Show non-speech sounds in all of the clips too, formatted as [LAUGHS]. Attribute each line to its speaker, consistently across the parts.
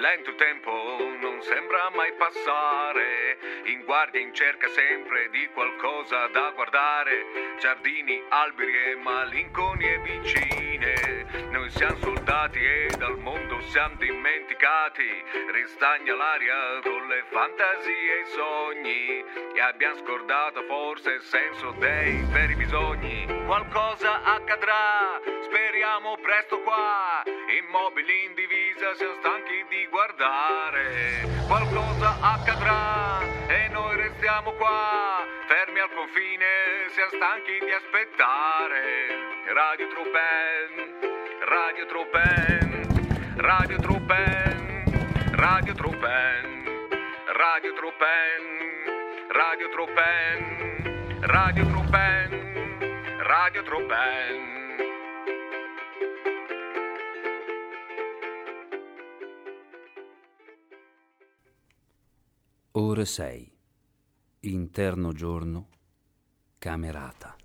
Speaker 1: lento il tempo, non sembra mai passare. In guardia, in cerca sempre di qualcosa da guardare. Giardini, alberi e malinconie vicine. Noi siamo soldati e dal mondo siamo dimenticati. Ristagna l'aria con le fantasie e i sogni. E abbiamo scordato forse il senso dei veri bisogni. Qualcosa accadrà, speriamo presto qua. Immobili in divisa, siamo stanchi di guardare. Qualcosa accadrà e noi restiamo qua. Fermi al confine, siamo stanchi di aspettare. Radio Truppen, Radio Truppen, Radio Truppen, Radio Truppen, Radio Truppen, Radio Truppen, Radio Truppen, Radio Truppen.
Speaker 2: Ore 6. Interno giorno. Camerata.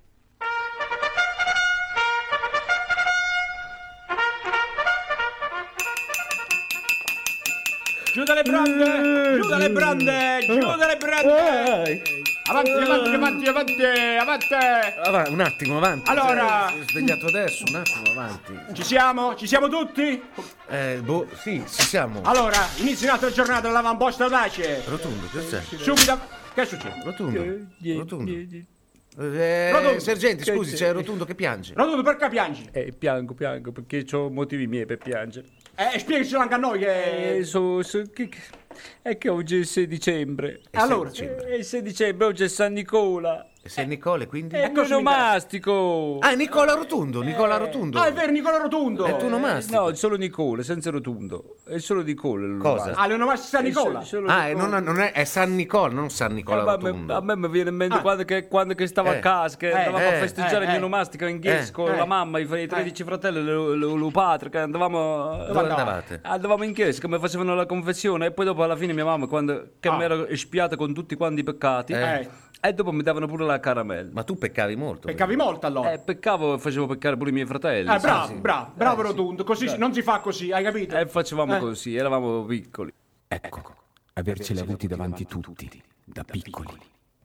Speaker 3: Giù dalle brande! Giù dalle brande! Giù dalle brande! Avanti, avanti, avanti, avanti, avanti!
Speaker 4: Ava- un attimo, avanti.
Speaker 3: Allora-
Speaker 4: Si è svegliato adesso, un attimo, avanti.
Speaker 3: Ci siamo? Ci siamo tutti?
Speaker 4: Eh, boh, sì, ci siamo.
Speaker 3: Allora, inizia un'altra giornata dell'avamposta audace!
Speaker 4: Rotondo, che c'è?
Speaker 3: Subito! Che succede?
Speaker 4: Rotondo, rotondo. Eh,
Speaker 3: Rotondo.
Speaker 4: sergente,
Speaker 5: Che-
Speaker 4: scusi,
Speaker 5: che-
Speaker 4: c'è Rotondo che piange.
Speaker 3: Rotondo, perché piangi?
Speaker 5: Eh, piango, piango, perché ho motivi miei per piangere.
Speaker 3: Eh, spiegacelo anche a noi
Speaker 5: Eh,
Speaker 3: che...
Speaker 5: so- so- che- che- è che oggi è il 6 dicembre.
Speaker 4: E sei
Speaker 3: allora,
Speaker 4: dicembre.
Speaker 5: Eh, il 6 dicembre, oggi è San Nicola.
Speaker 4: E sei Nicole, quindi? Ecco,
Speaker 5: È
Speaker 3: cosa mi
Speaker 5: nomastico.
Speaker 4: Ah, Nicola Rotondo, Nicola Rotondo.
Speaker 3: Ah, è vero, Nicola Rotondo!
Speaker 4: E Eh, tu non masti.
Speaker 5: No, è solo Nicola, senza rotondo. È solo Nicola. il
Speaker 4: Cosa?
Speaker 5: nomastico.
Speaker 3: Ah, l'onomastica San Nicola!
Speaker 5: È solo- solo
Speaker 4: Ah, eh,
Speaker 5: Nicola.
Speaker 4: non, non è, è San Nicola, non San Nicola
Speaker 5: Eh, ma a me-
Speaker 4: Rotondo.
Speaker 5: a me mi viene in mente
Speaker 3: Ah.
Speaker 5: quando, che, quando che stavo
Speaker 4: Eh.
Speaker 5: a casa, che
Speaker 3: Eh,
Speaker 5: andavamo
Speaker 4: eh,
Speaker 5: a festeggiare
Speaker 3: eh,
Speaker 5: il mio
Speaker 3: eh.
Speaker 5: nomastico in Ghies
Speaker 4: Eh.
Speaker 5: con
Speaker 3: Eh.
Speaker 5: la mamma, i, i 13 fratelli, lo, lo, lo padre, che andavamo... eh,
Speaker 4: Dove andavate?
Speaker 5: Andavamo in chiesa, come facevano la confessione, e poi dopo alla fine mia mamma, quando, che
Speaker 3: Ah.
Speaker 5: mi era espiata con tutti quanti i peccati,
Speaker 3: Eh.
Speaker 5: e dopo mi davano pure la caramella.
Speaker 4: Ma tu peccavi molto.
Speaker 3: Peccavi molto allora!
Speaker 5: Eh, peccavo e facevo peccare pure i miei fratelli.
Speaker 3: Eh,
Speaker 5: sì,
Speaker 3: bravo,
Speaker 5: sì.
Speaker 3: bravo, bravo Rotondo, così si- non si fa così, hai capito?
Speaker 5: E facevamo
Speaker 3: Eh.
Speaker 5: così, eravamo piccoli.
Speaker 6: Ecco, averceli avuti davanti tutti, da piccoli,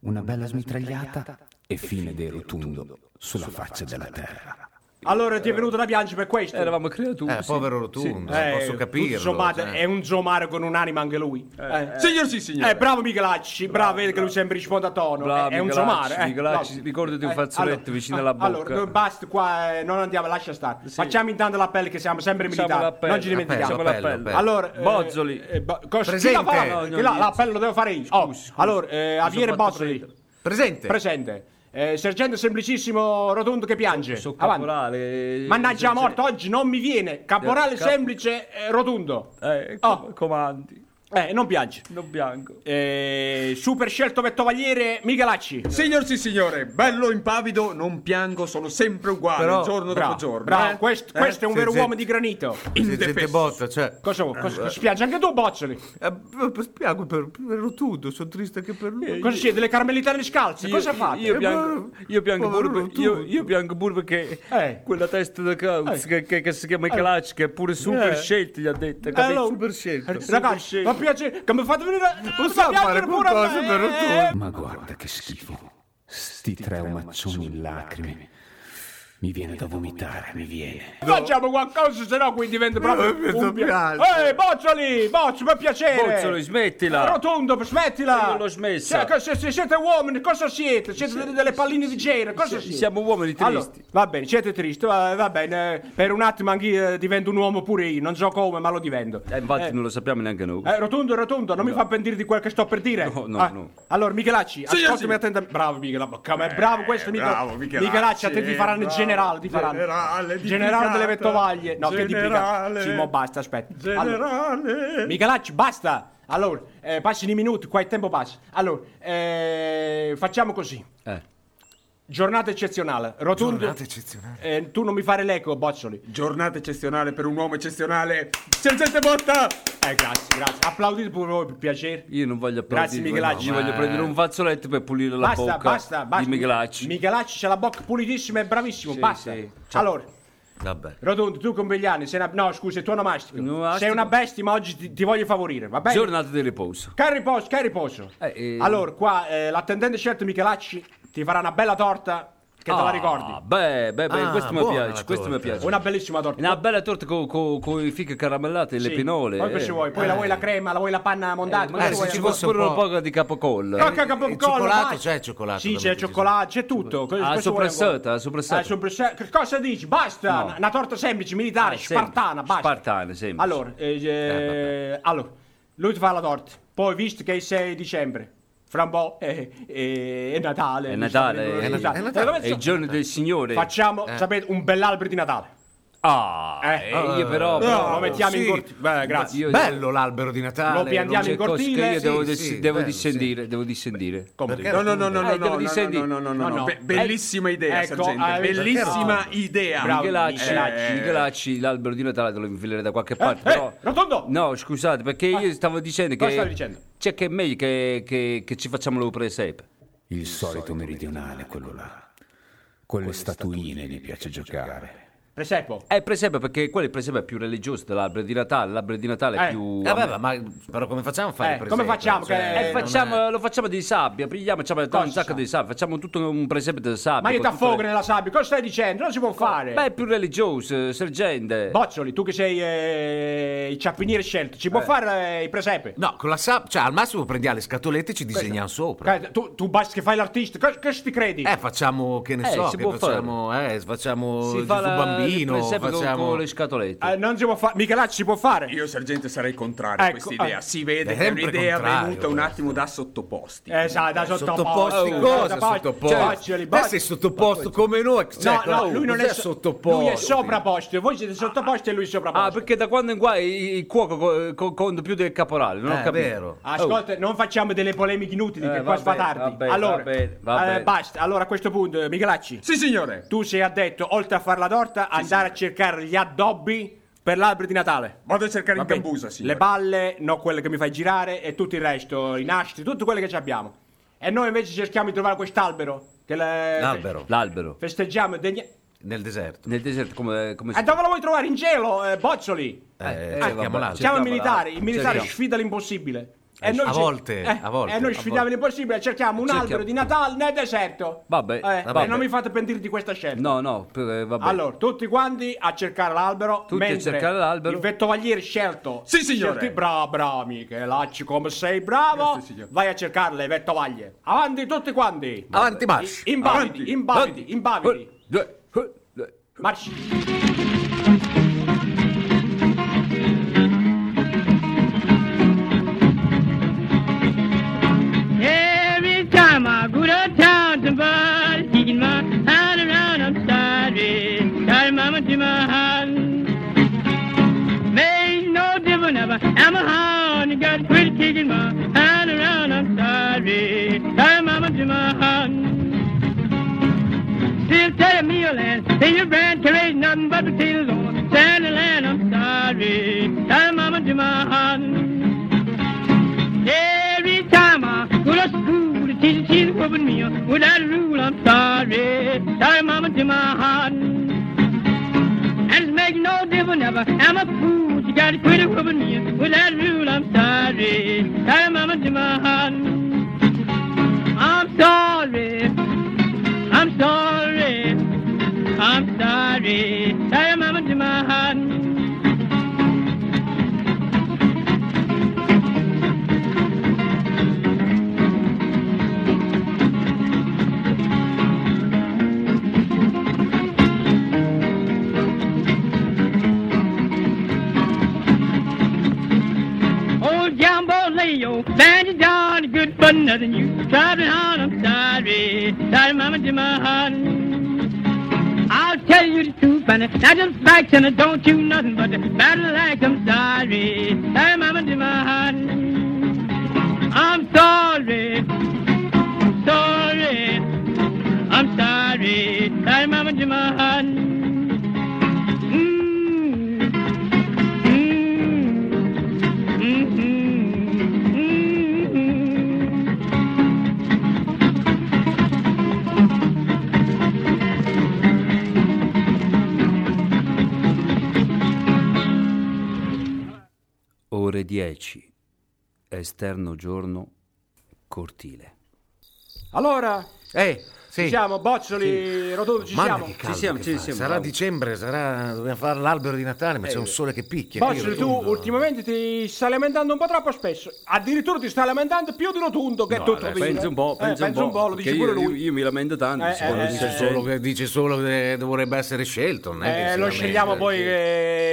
Speaker 6: una bella smitragliata e fine del rotundo sulla faccia della terra.
Speaker 3: Allora ti è venuto da piangere per questo?
Speaker 5: Eravamo creature.
Speaker 4: Eh,
Speaker 5: sì.
Speaker 4: povero Rotondo,
Speaker 3: Eh,
Speaker 4: posso
Speaker 3: tutto
Speaker 4: capirlo.
Speaker 3: sommato,
Speaker 4: cioè.
Speaker 3: è un zomaro con un'anima anche lui. Eh.
Speaker 7: Signor sì, signore.
Speaker 3: Eh, bravo Michelacci, bravo, vedi che lui sempre risponde a tono.
Speaker 5: Bravo,
Speaker 3: Eh, è un
Speaker 5: Michelacci,
Speaker 3: somaro. Eh.
Speaker 5: Michelacci,
Speaker 3: bravo.
Speaker 5: ricordati un
Speaker 3: Eh,
Speaker 5: fazzoletto vicino alla bocca.
Speaker 3: Allora, no, basta qua, eh, non andiamo, lascia stare. Facciamo intanto l'appello che siamo sempre
Speaker 5: Facciamo
Speaker 3: militari.
Speaker 5: l'appello,
Speaker 3: Non ci dimentichiamo.
Speaker 5: facciamo
Speaker 4: Appello,
Speaker 5: l'appello.
Speaker 4: appello.
Speaker 3: Allora, eh,
Speaker 5: Bozzoli.
Speaker 3: eh, bo- cos-
Speaker 4: Presente.
Speaker 3: chi la fa?
Speaker 5: No, no,
Speaker 3: Chi la-
Speaker 5: no.
Speaker 3: l'appello lo devo fare io. Oh,
Speaker 5: Scusi, scusi.
Speaker 3: Allora, eh, Aviere
Speaker 5: fatto
Speaker 3: Bozzoli,
Speaker 5: prendere.
Speaker 4: Presente.
Speaker 3: presente. Eh, sergente semplicissimo Rotondo che piange.
Speaker 5: Sono
Speaker 3: Avanti.
Speaker 5: caporale. eh,
Speaker 3: Mannaggia la
Speaker 5: sono-
Speaker 3: morte, oggi non mi viene. Caporale
Speaker 5: Eh, cap-
Speaker 3: semplice eh, rotondo.
Speaker 5: Eh,
Speaker 3: Oh.
Speaker 5: com- comandi.
Speaker 3: Eh, non piange.
Speaker 5: Non bianco.
Speaker 3: Eh, super scelto vettovagliere Michelacci.
Speaker 7: Signor sì, signore, bello impavido, non piango, sono sempre uguale,
Speaker 4: Però-
Speaker 7: giorno
Speaker 3: Bravo,
Speaker 7: dopo giorno.
Speaker 3: bravo.
Speaker 7: eh?
Speaker 3: Quest-
Speaker 7: Eh?
Speaker 3: questo è un
Speaker 4: sì,
Speaker 3: vero
Speaker 4: sì.
Speaker 3: uomo di granito.
Speaker 4: Siete gente botta, cioè...
Speaker 3: Cosa
Speaker 8: Eh,
Speaker 3: vuoi? Cosa- cosa- spiange anche tu, Bozzoli?
Speaker 4: Eh, p- Spiago per, per Rotondo, sono triste anche per lui.
Speaker 3: Eh, Cosa siete? Le carmelitane scalze? Cosa
Speaker 5: Eh, Io-
Speaker 3: fate?
Speaker 5: Io
Speaker 4: Eh,
Speaker 5: piango, io piango,
Speaker 4: Povero
Speaker 5: pure, per-
Speaker 4: tu.
Speaker 5: io, io piango pure perché
Speaker 3: Eh.
Speaker 5: quella testa da Kautz che, che- che si chiama Michelacci, che è pure super scelto, gli ha detto. capito?
Speaker 3: Eh. Allora,
Speaker 4: super scelto.
Speaker 3: eh, Ragazzi,
Speaker 5: scelto.
Speaker 3: ma piace, come fate venire?
Speaker 4: Possiamo
Speaker 3: fate
Speaker 4: fare
Speaker 3: piangere pure a
Speaker 4: qualcosa
Speaker 3: me?
Speaker 4: per Rotondo?
Speaker 6: Ma guarda che schifo, sti tre omaccioni in lacrime. Mi viene da vomitare, mi viene.
Speaker 3: Eh, Facciamo qualcosa, sennò qui diventa proprio.
Speaker 4: Eh, mi sto
Speaker 3: un pia-
Speaker 4: piangendo.
Speaker 3: Ehi, Bozzoli, Bozzoli, per piacere.
Speaker 5: Bozzoli, smettila.
Speaker 3: Rotondo, smettila!
Speaker 5: Io non l'ho smessa.
Speaker 3: Cioè, se, se siete uomini, cosa siete? Siete delle- delle palline di cera, cosa
Speaker 5: se-
Speaker 3: siete?
Speaker 5: siamo uomini tristi.
Speaker 3: Allora, va bene, siete tristi, va, va bene. eh, Per un attimo anch'io eh, divento un uomo pure io, non so come, ma lo divento.
Speaker 5: Eh, infatti non lo sappiamo neanche noi.
Speaker 3: Eh, rotondo, rotondo, non mi fa pentire di quel che sto per dire. Ah,
Speaker 5: No, no, no.
Speaker 3: Allora, Michelacci,
Speaker 7: Sì,
Speaker 3: ascoltami
Speaker 7: sì.
Speaker 3: attentamente. Bravo, Michelacci, come è bravo questo Michelacci.
Speaker 7: Eh, bravo, Michelacci,
Speaker 3: Michelacci, a te ti faranno il
Speaker 7: bravo,
Speaker 3: generale, ti faranno.
Speaker 7: generale, di
Speaker 3: Generale
Speaker 7: brigata.
Speaker 3: delle vettovaglie. No, che di brigata.
Speaker 7: Generale.
Speaker 3: Sì, mo basta, aspetta. Allora,
Speaker 7: Generale.
Speaker 3: Michelacci, basta! Allora, eh, passano i minuti, qua il tempo passa. Allora, eh, facciamo così.
Speaker 5: Eh.
Speaker 3: Giornata eccezionale. Rotondo.
Speaker 4: Giornata eccezionale.
Speaker 3: Eh, tu non mi fare l'eco, Bozzoli.
Speaker 7: Giornata eccezionale per un uomo eccezionale. Sergente Botta!
Speaker 3: Eh, grazie, grazie. Applaudite pure voi, per piacere.
Speaker 5: Io non voglio
Speaker 3: Grazie,
Speaker 5: applaudire,
Speaker 3: Michelacci.
Speaker 5: Io voglio
Speaker 3: Eh.
Speaker 5: prendere un fazzoletto per pulire la
Speaker 3: basta,
Speaker 5: bocca
Speaker 3: basta, basta.
Speaker 5: di Michelacci.
Speaker 3: Michelacci c'ha la bocca pulitissima, è bravissimo,
Speaker 5: Sì,
Speaker 3: basta.
Speaker 5: sì.
Speaker 3: Allora,
Speaker 5: Vabbè.
Speaker 3: Rotondo, tu con Begliani sei una... No, scusa, tu onomastico.
Speaker 5: Onomastico.
Speaker 3: Sei una bestia, ma oggi ti, ti voglio favorire, va bene?
Speaker 5: Giornata di riposo.
Speaker 3: Che riposo, che riposo.
Speaker 5: Eh, eh.
Speaker 3: Allora, qua eh, l'attendente scelto Michelacci ti farà una bella torta che te la
Speaker 5: Ah,
Speaker 3: ricordi.
Speaker 5: Beh, beh, beh,
Speaker 8: Ah,
Speaker 5: questo mi
Speaker 8: buona
Speaker 5: piace,
Speaker 8: la
Speaker 5: questo mi
Speaker 8: torta.
Speaker 5: piace.
Speaker 3: Una bellissima torta.
Speaker 5: Una bella torta con le fiche caramellate e le
Speaker 3: Sì.
Speaker 5: pinole.
Speaker 3: Poi cosa ci vuoi? Poi la vuoi la crema, la vuoi la panna mondata, cosa
Speaker 5: Magari
Speaker 8: Eh,
Speaker 3: vuoi?
Speaker 5: se
Speaker 8: ci
Speaker 5: ci
Speaker 8: fosse
Speaker 5: fosse
Speaker 8: un
Speaker 5: pure una
Speaker 8: po'.
Speaker 5: poca di capocollo.
Speaker 3: Cocca,
Speaker 8: il
Speaker 3: capocollo,
Speaker 8: cioccolato,
Speaker 3: vai.
Speaker 8: c'è il cioccolato,
Speaker 3: Sì,
Speaker 8: da
Speaker 3: c'è il
Speaker 8: metterci
Speaker 3: cioccolato, c'è tutto. Cosa-
Speaker 5: Ah,
Speaker 3: cosa vuole
Speaker 5: soppressata,
Speaker 3: ancora?
Speaker 5: ah, soppressata.
Speaker 3: Ah, soppressata. Che cosa dici? Basta,
Speaker 5: No.
Speaker 3: una torta semplice, militare,
Speaker 5: Eh, semplice.
Speaker 3: spartana, basta.
Speaker 5: Spartana, semplice.
Speaker 3: Allora, eh, eh, allora, lui ti fa la torta. Poi, visto che è il 6 dicembre, fra un po' è, è- è Natale.
Speaker 5: È
Speaker 3: eh, mi
Speaker 5: Natale,
Speaker 3: sta venendo-
Speaker 8: è
Speaker 5: è-
Speaker 3: Eh,
Speaker 8: Natale.
Speaker 3: come
Speaker 5: È il
Speaker 3: so-
Speaker 5: giorno eh. del Signore.
Speaker 3: Facciamo, sapete, un bell'albero di Natale.
Speaker 5: Ah,
Speaker 3: Eh.
Speaker 5: eh, io però...
Speaker 3: No,
Speaker 5: però-
Speaker 3: lo mettiamo in
Speaker 8: sì.
Speaker 3: corte. Beh, grazie.
Speaker 5: io-
Speaker 8: Bello l'albero di Natale.
Speaker 3: Lo piantiamo
Speaker 5: c'è
Speaker 3: in
Speaker 5: cose che
Speaker 3: cortile.
Speaker 5: io devo,
Speaker 8: sì,
Speaker 5: dis-
Speaker 8: sì,
Speaker 5: devo
Speaker 8: bello,
Speaker 5: dissendire, devo dissendire.
Speaker 8: Perché
Speaker 9: No,
Speaker 8: era
Speaker 9: no, no,
Speaker 8: appunto-
Speaker 9: no, no,
Speaker 5: Eh,
Speaker 9: no,
Speaker 5: devo
Speaker 9: no,
Speaker 5: dissentire.
Speaker 9: no, no, no, no,
Speaker 3: No, no.
Speaker 9: Be-
Speaker 5: Eh,
Speaker 9: bellissima idea,
Speaker 3: Ecco,
Speaker 9: sergente,
Speaker 3: ah, vedi,
Speaker 9: bellissima idea.
Speaker 3: Bravo.
Speaker 5: ecco. Michelacci,
Speaker 3: Michelacci.
Speaker 5: eh, Michelacci, l'albero di Natale te lo infilerei da qualche
Speaker 3: Eh,
Speaker 5: parte.
Speaker 3: eh,
Speaker 5: però...
Speaker 3: rotondo!
Speaker 5: No, scusate, perché
Speaker 9: Ah.
Speaker 5: io stavo dicendo
Speaker 3: cosa
Speaker 5: che...
Speaker 3: stavi dicendo?
Speaker 5: Cioè che è meglio che, che- che ci facciamo le opere sepe.
Speaker 6: Il solito meridionale, quello là. Con le statuine gli piace giocare.
Speaker 3: Presepo.
Speaker 5: Eh, presepe, perché quello è il presepe più religioso dell'albero di Natale, l'albero di Natale è
Speaker 3: Eh.
Speaker 5: più...
Speaker 8: Eh, vabbè, ma però come facciamo a fare
Speaker 3: Eh,
Speaker 8: il
Speaker 3: come
Speaker 8: presepe?
Speaker 3: facciamo che-
Speaker 8: Cioè,
Speaker 3: Eh,
Speaker 5: E
Speaker 8: non
Speaker 5: facciamo,
Speaker 8: è-
Speaker 5: lo facciamo di sabbia, prendiamo c'è un sacco
Speaker 3: sabbia?
Speaker 5: di sabbia, facciamo tutto un presepe di sabbia.
Speaker 3: Ma io
Speaker 5: con tutte
Speaker 3: t'affogo
Speaker 5: le-
Speaker 3: nella sabbia, cosa stai dicendo? Non si può fare.
Speaker 5: Beh, è più religioso, sergente.
Speaker 3: Boccioli, tu che sei eh, il ciappiniere scelto, ci può fare eh, il presepe?
Speaker 8: No, con la sabbia, cioè al massimo prendiamo le scatolette e ci disegniamo sopra.
Speaker 3: Eh, Tu, tu basta che fai l'artista, cosa cosa ti credi?
Speaker 8: Eh, facciamo, che ne
Speaker 5: Eh,
Speaker 8: so,
Speaker 5: si
Speaker 8: che
Speaker 5: può
Speaker 8: facciamo, eh, facciamo
Speaker 5: si
Speaker 8: il
Speaker 5: fa
Speaker 8: fu
Speaker 5: la,
Speaker 8: bambino,
Speaker 5: il presepe con-
Speaker 8: facciamo...
Speaker 5: con le scatolette.
Speaker 3: Eh, non si può fare, Michelacci si può fare.
Speaker 9: Io, sergente, sarei contrario a
Speaker 3: Ecco,
Speaker 9: questa idea.
Speaker 3: eh.
Speaker 9: Si vede
Speaker 8: È
Speaker 9: che è
Speaker 8: sempre
Speaker 9: un'idea
Speaker 8: contrario,
Speaker 9: venuta un
Speaker 8: questo.
Speaker 9: attimo da sottoposti.
Speaker 3: Eh, sa, da
Speaker 8: Sottoposti
Speaker 3: sottoposti.
Speaker 8: cosa?
Speaker 3: da bo-
Speaker 8: Sottoposti?
Speaker 3: Boccioli,
Speaker 8: Te sei
Speaker 3: boccioli.
Speaker 8: sottoposto come noi.
Speaker 3: No,
Speaker 8: cioè,
Speaker 3: no, lui non è
Speaker 8: cos'è
Speaker 3: so-
Speaker 8: sottoposto.
Speaker 3: Lui è sopraposto, voi siete sottoposti e lui è
Speaker 5: Ah,
Speaker 3: sopraposto.
Speaker 5: perché da quando in qua il il cuoco co- co- conta più del caporale, non
Speaker 8: Eh,
Speaker 5: ho
Speaker 8: è
Speaker 5: capito.
Speaker 8: vero.
Speaker 3: Ah,
Speaker 5: Oh,
Speaker 3: Ascolta, non facciamo delle polemiche inutili
Speaker 5: Eh,
Speaker 3: che
Speaker 5: va
Speaker 3: qua
Speaker 5: bene, va
Speaker 3: sfatardi.
Speaker 5: bene,
Speaker 3: Allora,
Speaker 5: va bene, va
Speaker 3: eh,
Speaker 5: bene.
Speaker 3: basta. Allora a questo punto, eh, Michelacci,
Speaker 9: Sì, signore.
Speaker 3: tu sei addetto, oltre a fare la torta, andare a cercare gli addobbi per l'albero di Natale.
Speaker 9: Vado a cercare in
Speaker 3: Vabbè,
Speaker 9: cambusa,
Speaker 3: Le
Speaker 9: signore.
Speaker 3: balle, no quelle che mi fai girare e tutto il resto, i nastri, tutto quello che ci abbiamo. E noi invece cerchiamo di trovare quest'albero. Che le...
Speaker 8: L'albero,
Speaker 5: L'albero. Certo.
Speaker 3: Festeggiamo. e degna-
Speaker 8: nel deserto.
Speaker 5: Nel deserto come, come si
Speaker 3: E Eh, dove lo vuoi trovare? In gelo, eh, Boccioli.
Speaker 8: Eh, eh,
Speaker 5: vabbè,
Speaker 8: cerchiamo l'albero.
Speaker 3: Siamo
Speaker 5: cerchiamo
Speaker 3: militari, il
Speaker 5: l'albero,
Speaker 3: militare
Speaker 5: cerchiamo.
Speaker 3: sfida l'impossibile. E
Speaker 8: a
Speaker 3: cer-
Speaker 8: volte,
Speaker 3: eh,
Speaker 8: a volte,
Speaker 3: E noi
Speaker 8: a
Speaker 3: sfidiamo
Speaker 8: volte.
Speaker 3: l'impossibile, cerchiamo un
Speaker 5: Cerchiamo.
Speaker 3: albero di Natale nel deserto.
Speaker 5: Vabbè,
Speaker 3: Eh,
Speaker 5: vabbè.
Speaker 3: E non mi fate pentire di questa scelta.
Speaker 5: No, no, per- eh, vabbè.
Speaker 3: Allora, tutti quanti a cercare l'albero.
Speaker 5: a
Speaker 3: mentre
Speaker 5: cercare l'albero.
Speaker 3: Il vettovaliere scelto.
Speaker 9: Sì, signore.
Speaker 3: Scelti, bravo, bravo, Michelacci, come sei bravo.
Speaker 9: Grazie, signore.
Speaker 3: Vai a cercare le vettovaglie. Avanti tutti quanti.
Speaker 8: Avanti marcia.
Speaker 3: Imbaviti, imbaviti, imbaviti.
Speaker 5: Eh, due, eh, due.
Speaker 3: Marci.
Speaker 10: Every time I go to town, somebody's taking my hand around. I'm sorry, sorry, mama, to my hand. Makes no difference if I am a hound. You gotta quit taking my hand around. I'm sorry, sorry, mama, to my hand. Still telling me your land, say your brand carries nothing but potatoes on sandy land. I'm sorry, sorry, mama, to my hand. Every time I go to school, the teacher she's whooping me. Without a rule, I'm sorry. Sorry, mama, to my heart. And it makes no difference if I am a fool. You gotta quit a whooping me. Without a rule, I'm sorry. Sorry, mama, to my heart. I'm sorry. I'm sorry. I'm sorry. Sorry, mama, to my heart. Old Jumbo Leo, band you down, good for nothing. You driving hard, I'm sorry. Sorry, mama, to my heart. I'll tell you the truth, and it's not just facts, and I don't do nothing but the battle act. I'm sorry. Sorry, mama, to my heart. I'm sorry. Sorry. I'm sorry. Sorry, mama, uh-huh. to my heart. Mm. Mm. Mm-hmm.
Speaker 5: ore 10, esterno giorno, cortile.
Speaker 3: Allora,
Speaker 4: Eh,
Speaker 3: ci
Speaker 4: sì.
Speaker 3: siamo, boccioli, rotondi, ci
Speaker 4: Mamma
Speaker 3: siamo.
Speaker 4: che caldo.
Speaker 5: Ci siamo,
Speaker 4: che
Speaker 5: ci
Speaker 4: fa.
Speaker 5: siamo,
Speaker 4: sarà
Speaker 5: bravo.
Speaker 4: dicembre, sarà... dobbiamo fare l'albero di Natale, ma c'è un sole che picchia.
Speaker 3: Boccioli,
Speaker 4: Io
Speaker 3: tu
Speaker 4: rotondo.
Speaker 3: ultimamente ti stai lamentando un po' troppo spesso. Addirittura ti stai lamentando più di rotondo che è tutto.
Speaker 5: Penso pensa un po',
Speaker 3: Eh,
Speaker 5: pensa,
Speaker 3: pensa un po', lo
Speaker 5: perché
Speaker 3: dice pure
Speaker 5: io,
Speaker 3: lui.
Speaker 5: Io, io mi lamento tanto.
Speaker 3: Eh,
Speaker 5: se quello
Speaker 3: eh,
Speaker 5: dice
Speaker 3: eh,
Speaker 4: Solo che- dice solo che dovrebbe essere scelto. non è che
Speaker 3: Eh,
Speaker 4: si
Speaker 3: lo
Speaker 4: lamenta,
Speaker 3: scegliamo poi
Speaker 4: perché-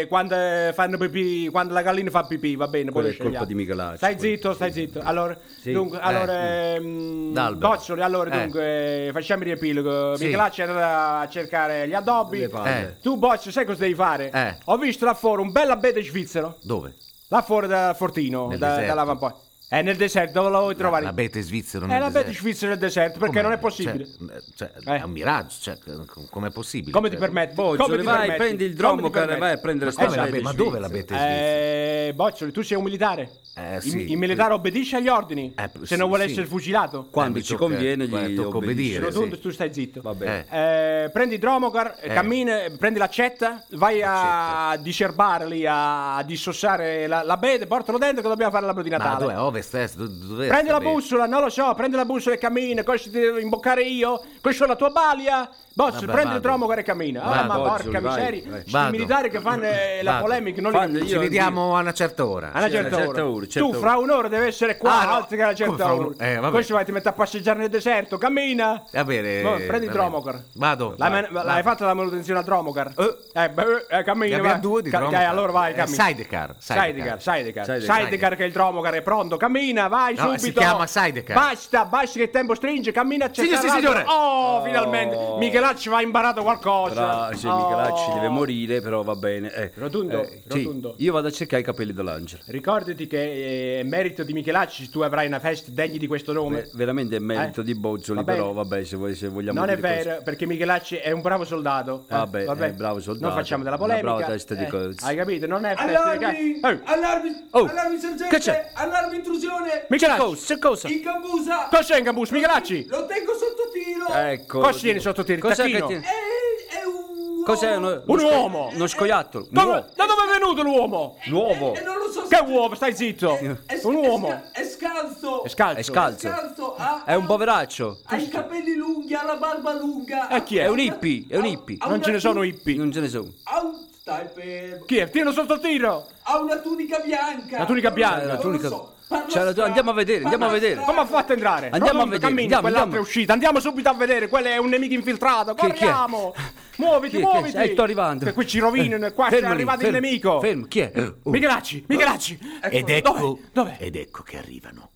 Speaker 3: che quando eh, fanno pipì, quando la gallina fa pipì, va bene, poi
Speaker 5: Quella
Speaker 3: lo
Speaker 5: è colpa
Speaker 3: scegliamo.
Speaker 5: di Michelaccio,
Speaker 3: Stai
Speaker 5: quello.
Speaker 3: zitto, stai zitto. Allora, dunque, allora ehm,
Speaker 4: eh, D'albero.
Speaker 3: Boccioli, allora
Speaker 4: Eh.
Speaker 3: dunque, facciamo il riepilogo.
Speaker 4: Sì.
Speaker 3: Michelaccio era a cercare gli addobbi. Eh.
Speaker 4: palle.
Speaker 3: Tu Boccio, sai cosa devi fare?
Speaker 4: Eh.
Speaker 3: Ho visto là fuori un bel abete svizzero,
Speaker 4: Dove?
Speaker 3: là fuori da Fortino,
Speaker 4: Nel
Speaker 3: da,
Speaker 4: deserto.
Speaker 3: dall'avamposto. È nel deserto, dove lo vuoi trovare? Eh,
Speaker 4: L'abete svizzero
Speaker 3: è
Speaker 4: nel
Speaker 3: l'abete
Speaker 4: deserto.
Speaker 3: svizzero nel deserto, perché
Speaker 4: Com'è?
Speaker 3: non è possibile.
Speaker 4: Cioè, cioè,
Speaker 3: Eh.
Speaker 4: È un miraggio, cioè, com- com'è possibile?
Speaker 3: Come
Speaker 4: Cioè,
Speaker 3: ti permetti?
Speaker 5: Boccioli,
Speaker 3: Come ti
Speaker 5: Boh, vai,
Speaker 3: permetti?
Speaker 5: prendi il
Speaker 3: Come ti
Speaker 5: drommo, cara,
Speaker 3: permetti? Eh,
Speaker 5: vai a prendere
Speaker 3: Ma
Speaker 5: sta
Speaker 4: come
Speaker 3: come
Speaker 4: l'abete- Eh, Ma dove l'abete svizzero?
Speaker 3: Eh, Boccioli, tu sei un militare.
Speaker 4: Eh,
Speaker 3: Il-
Speaker 4: sì.
Speaker 3: il, militare obbedisce agli ordini.
Speaker 4: Eh,
Speaker 3: se
Speaker 4: sì,
Speaker 3: non vuole
Speaker 4: sì.
Speaker 3: essere fucilato.
Speaker 5: Quando
Speaker 4: mi
Speaker 5: ci
Speaker 4: tocca-
Speaker 5: conviene gli
Speaker 4: eh, tocca
Speaker 5: obbedisci.
Speaker 4: obbedire.
Speaker 3: Rotondo,
Speaker 4: sì.
Speaker 3: tu stai zitto.
Speaker 5: Vabbè.
Speaker 4: Eh.
Speaker 3: Eh, prendi il dromocar, eh, cammina, eh, prendi l'accetta, vai a dicerbare lì, a dissossare la, la bete, portalo dentro che dobbiamo fare l'albero di
Speaker 4: Ma
Speaker 3: Eh, Natale.
Speaker 4: dov'è? Ovest, est? Dove- dov'è
Speaker 3: Prendi la
Speaker 4: sta bene?
Speaker 3: bussola, non lo so, prendi la bussola e cammina, questo ti devo imboccare io, questa è la tua balia. Boccioli,
Speaker 4: Vabbè,
Speaker 3: prendi il
Speaker 4: vado.
Speaker 3: dromocar e cammina. Ah,
Speaker 4: Vado.
Speaker 3: ma porca
Speaker 5: Boccioli, vai,
Speaker 3: miseria,
Speaker 5: vai.
Speaker 3: questi
Speaker 4: Vado.
Speaker 3: militari che fanno eh, la
Speaker 4: Vado.
Speaker 3: polemica, non
Speaker 5: Fanno
Speaker 3: li...
Speaker 5: io-
Speaker 4: Ci vediamo a una certa ora.
Speaker 3: A una
Speaker 5: Sì,
Speaker 3: certa,
Speaker 5: una certa
Speaker 3: ora.
Speaker 5: ora, certa
Speaker 3: tu
Speaker 5: ora.
Speaker 3: fra un'ora devi essere qua,
Speaker 4: Ah, no.
Speaker 3: altri che la
Speaker 4: Come
Speaker 3: certa
Speaker 4: fra
Speaker 3: ora.
Speaker 4: un'ora? Eh, vabbè.
Speaker 3: Questo vai ti metti a passeggiare nel deserto, cammina.
Speaker 4: Va bene.
Speaker 3: Vabbè, prendi il
Speaker 4: va bene.
Speaker 3: dromocar.
Speaker 4: Vado.
Speaker 3: L'hai,
Speaker 4: vai,
Speaker 3: men-
Speaker 4: vai.
Speaker 3: l'hai fatta la manutenzione al dromocar?
Speaker 4: Eh.
Speaker 3: Eh, beh, eh, cammina.
Speaker 4: Ne abbiamo
Speaker 3: vai.
Speaker 4: due di
Speaker 3: Ca-
Speaker 4: dromocar.
Speaker 3: eh, allora vai,
Speaker 4: Eh,
Speaker 3: cammina.
Speaker 4: sidecar, sidecar.
Speaker 3: Sidecar, sidecar.
Speaker 5: Sidecar.
Speaker 3: Sidecar che il dromocar è pronto, cammina, vai
Speaker 4: No,
Speaker 3: subito.
Speaker 4: si chiama sidecar.
Speaker 3: Basta, basta che il tempo stringe, cammina a cercare.
Speaker 4: sì,
Speaker 3: l'albero.
Speaker 4: signore.
Speaker 3: Oh, finalmente. Michelacci va imparato qualcosa.
Speaker 5: Bra- sì,
Speaker 3: Oh.
Speaker 5: Michelacci deve morire, però va bene. eh.
Speaker 3: Rotondo,
Speaker 5: Eh, sì.
Speaker 3: rotondo.
Speaker 5: Io vado a cercare i capelli dell'angelo.
Speaker 3: Ricordati che eh, è merito di Michelacci, tu avrai una festa degna di questo nome.
Speaker 5: Ve- veramente è merito
Speaker 3: Eh?
Speaker 5: di Bozzoli,
Speaker 3: Va bene.
Speaker 5: però vabbè, se, vuoi- se vogliamo
Speaker 3: Non è
Speaker 5: dire cose-
Speaker 3: vero, perché Michelacci è un bravo soldato. eh,
Speaker 5: Vabbè, è bravo soldato,
Speaker 3: Non facciamo della
Speaker 5: una
Speaker 3: polemica.
Speaker 5: brava testa di
Speaker 3: eh,
Speaker 5: cose.
Speaker 3: Hai capito? Non è per
Speaker 11: Allarmi!
Speaker 3: essere ca- Eh,
Speaker 11: Allarmi!
Speaker 5: Oh,
Speaker 11: Allarmi sergente!
Speaker 5: che c'è?
Speaker 11: Allarmi intrusione!
Speaker 3: Michelacci,
Speaker 5: Cosa? C'è cosa?
Speaker 11: In cambusa!
Speaker 3: cos'è in gambus, Michelacci?
Speaker 11: Lo tengo sotto tiro!
Speaker 5: Ecco.
Speaker 3: Cosa tieni sotto tiro?
Speaker 5: Cos'è
Speaker 3: Tacchino?
Speaker 5: che ti-
Speaker 11: È, è un...
Speaker 5: Cos'è uno, uno sco-
Speaker 3: uomo!
Speaker 5: Uno scoiattolo. Un
Speaker 3: Dove-
Speaker 5: uomo.
Speaker 3: da dove è venuto l'uomo?
Speaker 5: L'uomo.
Speaker 11: E Eh, non lo so se... Eh,
Speaker 3: Che uomo, stai zitto!
Speaker 11: È,
Speaker 3: un uomo!
Speaker 11: È, sca- è scalzo!
Speaker 3: È scalzo.
Speaker 5: È scalzo.
Speaker 11: Scalzo! Ha,
Speaker 5: È un poveraccio.
Speaker 11: Ha i capelli lunghi, ha la barba lunga!
Speaker 3: E Eh, chi
Speaker 5: È un hippie, è un
Speaker 11: Ha-
Speaker 5: hippie.
Speaker 11: ha
Speaker 3: Non
Speaker 11: una
Speaker 3: ce ne sono
Speaker 11: tu-
Speaker 3: hippie.
Speaker 5: Non ce ne sono.
Speaker 11: Ha un... Stai fermo!
Speaker 3: Chi è? Tienilo sotto tiro!
Speaker 11: Ha una tunica bianca!
Speaker 3: La tunica bianca.
Speaker 11: Non
Speaker 5: Eh, La
Speaker 11: lo
Speaker 5: tunica-
Speaker 11: so, parla
Speaker 5: C'è la tu-
Speaker 11: strano,
Speaker 5: andiamo a vedere, andiamo a
Speaker 11: parla
Speaker 5: vedere.
Speaker 11: strano.
Speaker 3: Come ha fatto a entrare?
Speaker 5: Andiamo a
Speaker 3: Rotondo,
Speaker 5: vedere,
Speaker 3: cammina,
Speaker 5: andiamo,
Speaker 3: quell'altra
Speaker 5: andiamo.
Speaker 3: è uscita. Andiamo subito a vedere, quello è un nemico infiltrato.
Speaker 5: Chi- chi è? [LAUGHS]
Speaker 3: Corriamo! Muoviti,
Speaker 5: Chi è?
Speaker 3: muoviti!
Speaker 5: Eh, sto arrivando.
Speaker 3: Che qui ci rovinano, qua è
Speaker 5: Fermo lì,
Speaker 3: arrivato Eh, il
Speaker 5: fermo,
Speaker 3: nemico.
Speaker 5: Fermo, chi è?
Speaker 4: Uh.
Speaker 5: Oh,
Speaker 4: Eh,
Speaker 3: Michelacci, Michelacci!
Speaker 6: Ed ecco,
Speaker 3: Dov'è? Dov'è?
Speaker 6: ed ecco che arrivano.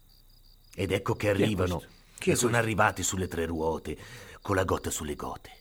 Speaker 6: Ed ecco che arrivano. Che sono arrivati sulle tre ruote, con la gotta sulle gote.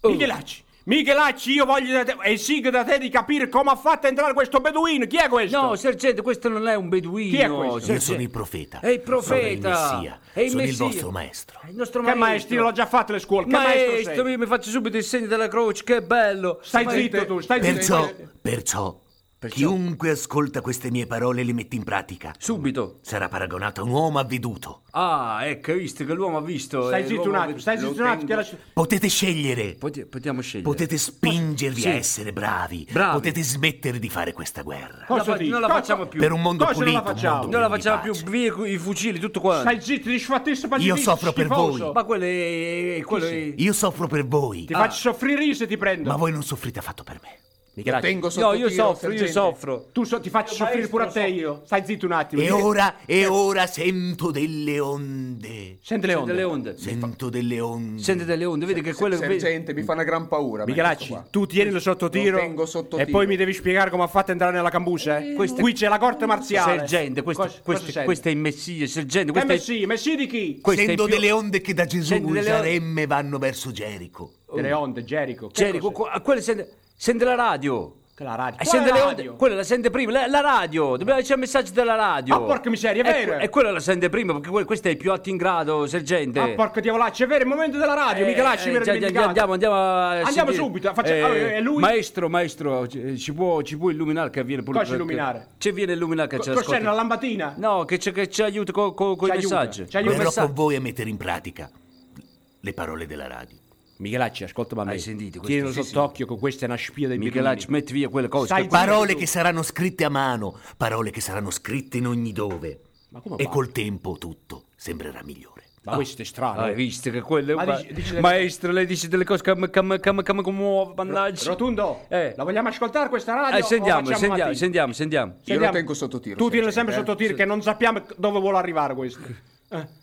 Speaker 5: Oh.
Speaker 3: Michelacci! Michelacci, io voglio da te, esigo da te di capire come ha fatto a entrare questo beduino. Chi è questo?
Speaker 5: No, sergente, questo non è un beduino.
Speaker 3: Chi è questo? Eh.
Speaker 6: Io
Speaker 5: sergente.
Speaker 6: sono il profeta.
Speaker 5: È il profeta.
Speaker 6: Sono il messia.
Speaker 5: È il
Speaker 6: sono
Speaker 5: messia.
Speaker 6: il vostro maestro.
Speaker 5: È il nostro
Speaker 3: che maestro, l'ho già fatto le scuole. Che maestro,
Speaker 5: Maestro,
Speaker 3: sei?
Speaker 5: io mi faccio subito il segno della croce, che bello.
Speaker 3: Stai
Speaker 5: Maestro,
Speaker 3: zitto tu, stai
Speaker 6: Perciò,
Speaker 3: zitto.
Speaker 6: perciò, chiunque ascolta queste mie parole e le mette in pratica
Speaker 5: Subito.
Speaker 6: sarà paragonato a un uomo avveduto.
Speaker 5: Ah, ecco, hai visto che l'uomo ha visto. eh,
Speaker 3: Stai zitto un
Speaker 5: l'uomo ha
Speaker 3: attimo,
Speaker 5: visto.
Speaker 3: stai
Speaker 5: Lo
Speaker 3: zitto un attimo. che
Speaker 5: tengo.
Speaker 3: la-
Speaker 6: Potete scegliere.
Speaker 5: Pot- Potiamo scegliere.
Speaker 6: Potete spingervi
Speaker 5: Sì.
Speaker 6: a essere bravi.
Speaker 5: Bravi.
Speaker 6: Potete smettere di fare questa guerra.
Speaker 5: La
Speaker 3: Cosa
Speaker 5: fa-
Speaker 3: dici?
Speaker 5: non la
Speaker 3: Cosa-
Speaker 5: facciamo più.
Speaker 6: Per un mondo
Speaker 3: Cosa non la
Speaker 6: pulito, un
Speaker 3: facciamo?
Speaker 6: mondo
Speaker 5: Non la
Speaker 6: più di
Speaker 5: facciamo più,
Speaker 6: pace.
Speaker 5: via i fucili, tutto quanto.
Speaker 3: Stai zitto, disfattista
Speaker 6: Io soffro per voi.
Speaker 3: schifoso.
Speaker 5: Ma quello è... Quello Ah. è...
Speaker 6: Io soffro per voi,
Speaker 3: Ti faccio soffrire io se ti prendo.
Speaker 6: ma voi non soffrite affatto per me.
Speaker 9: Lo tengo sotto
Speaker 5: No, io
Speaker 9: tiro,
Speaker 5: soffro, io
Speaker 9: sergente.
Speaker 5: soffro.
Speaker 3: Tu so- ti faccio soffrire pure a te io. Stai zitto un attimo.
Speaker 6: E ora, e ora sento delle onde.
Speaker 3: Senti le
Speaker 5: Sente
Speaker 3: onde.
Speaker 5: delle onde.
Speaker 6: Sento delle onde.
Speaker 5: Sente delle onde, vedi che quello... vedi-
Speaker 9: Sergente, mi fa una gran paura.
Speaker 3: Michelacci,
Speaker 9: questo qua.
Speaker 3: tu tienilo sotto tiro
Speaker 9: Lo tengo sotto
Speaker 3: e
Speaker 9: tiro.
Speaker 3: poi mi devi spiegare come ha fatto a entrare nella cambusa. eh? Qui c'è la corte marziale.
Speaker 5: Sergente, questo,
Speaker 3: Cosa-
Speaker 5: questo,
Speaker 3: cosa
Speaker 5: questo è il messia,
Speaker 3: sente?
Speaker 5: sergente, questo
Speaker 3: Eh,
Speaker 5: è...
Speaker 3: Messi, Messi di chi?
Speaker 5: questo è
Speaker 6: Sento
Speaker 5: più-
Speaker 6: delle onde che da Gesù
Speaker 5: Sento delle onde.
Speaker 6: Saremme vanno verso Gerico.
Speaker 3: Oh. Delle onde, Gerico. Che
Speaker 5: Gerico,
Speaker 3: cos'è?
Speaker 5: qua- a quello sente, sente la radio.
Speaker 3: Che la radio.
Speaker 5: Eh,
Speaker 3: Quale
Speaker 5: sente le onde-
Speaker 3: radio?
Speaker 5: quella la sente prima, la, la radio, dobbiamo c'è il messaggio della radio.
Speaker 3: Ah, porca miseria, è
Speaker 5: E
Speaker 3: vero.
Speaker 5: que- E, quella la sente prima, perché que- questa è più atti in grado, sergente.
Speaker 3: Ah, porco diavolaccio, è vero, è il momento della radio,
Speaker 5: Eh,
Speaker 3: Michelacci,
Speaker 5: eh,
Speaker 3: mi ero
Speaker 5: già- già-
Speaker 3: dimenticato.
Speaker 5: Andiamo, andiamo a
Speaker 3: Andiamo
Speaker 5: sentire.
Speaker 3: subito, faccia-
Speaker 5: Eh,
Speaker 3: allora, è lui-
Speaker 5: Maestro, maestro, ci ci può, ci può illuminare che viene pure...
Speaker 3: Cosa
Speaker 5: perché-
Speaker 3: illuminare?
Speaker 5: Ci viene illuminare che
Speaker 3: Co-
Speaker 5: ci
Speaker 3: Cos'è
Speaker 5: ascolta.
Speaker 3: una lampadina?
Speaker 5: No, che ci, che ci aiuta con i
Speaker 3: Ci aiuta,
Speaker 5: messaggi.
Speaker 3: ci aiuta.
Speaker 5: Con i
Speaker 6: Verrò
Speaker 5: messaggi.
Speaker 6: con voi a mettere in pratica le parole della radio.
Speaker 3: Michelacci, ascolta me.
Speaker 5: Hai sentito questo?
Speaker 3: Tienilo
Speaker 5: Sì, sì.
Speaker 3: sott'occhio che questa è una spia dei
Speaker 5: Michelacci,
Speaker 3: Birulini.
Speaker 5: metti via quelle cose.
Speaker 3: Stai
Speaker 5: che-
Speaker 4: Parole che saranno scritte a mano, parole che saranno scritte in ogni dove.
Speaker 3: Ma come
Speaker 4: E
Speaker 3: fa?
Speaker 4: col tempo tutto sembrerà migliore.
Speaker 3: Ma questo è strano.
Speaker 5: Ah, Hai visto che quello
Speaker 3: Ma
Speaker 5: è
Speaker 3: dici- dici delle-
Speaker 12: Maestro, lei dice delle cose che mi- che mi- che mi che mi commuove, mannaggia.
Speaker 3: Rotundo,
Speaker 12: Eh.
Speaker 3: la vogliamo ascoltare questa radio?
Speaker 12: Eh,
Speaker 3: o
Speaker 12: sentiamo,
Speaker 3: Ah, facciamo
Speaker 12: sentiamo,
Speaker 3: fatica?
Speaker 12: sentiamo, sentiamo.
Speaker 9: Io
Speaker 3: Sentiamo.
Speaker 9: lo tengo sotto tiro. cioè, eh,
Speaker 3: Tu tienilo
Speaker 9: sinceramente,
Speaker 3: sempre sotto tiro, che non sappiamo dove vuole arrivare questo. Eh.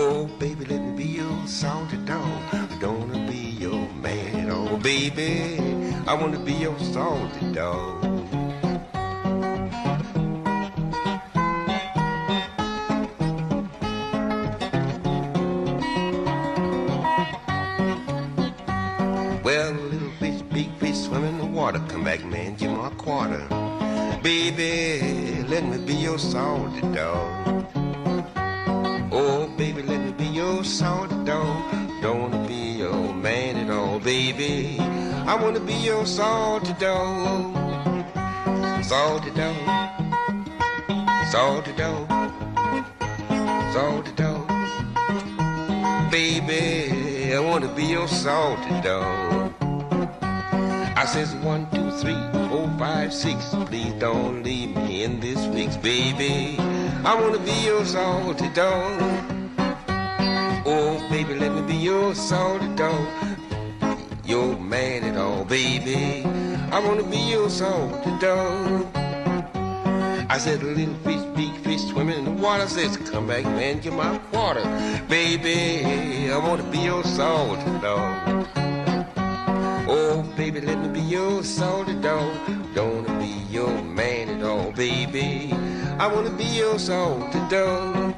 Speaker 13: Oh, baby, let me be your soldier dog. I don't wanna be your man. Oh, baby, I wanna be your soldier dog. Well, little fish, big fish, swim in the water. Come back, man, give me a quarter. Baby, let me be your soldier dog. Oh, baby, let me be your soldier dog. Don't wanna be your man at all, baby. I wanna be your soldier dog. Soldier dog. Soldier dog. Soldier dog. Baby, I wanna be your soldier dog. I says one, two, three, four, five, six. Please don't leave me in this fix, baby. I wanna be your salty dog. Oh, baby, let me be your salty dog. Your man at all, baby. I wanna be your salty dog. I said, little fish, big fish swimming in the water. Says, come back, man, get my quarter, baby. I wanna be your salty dog. Oh, baby, let me be your soldier dog. Don't wanna be your man at all, baby. I wanna be your soldier dog.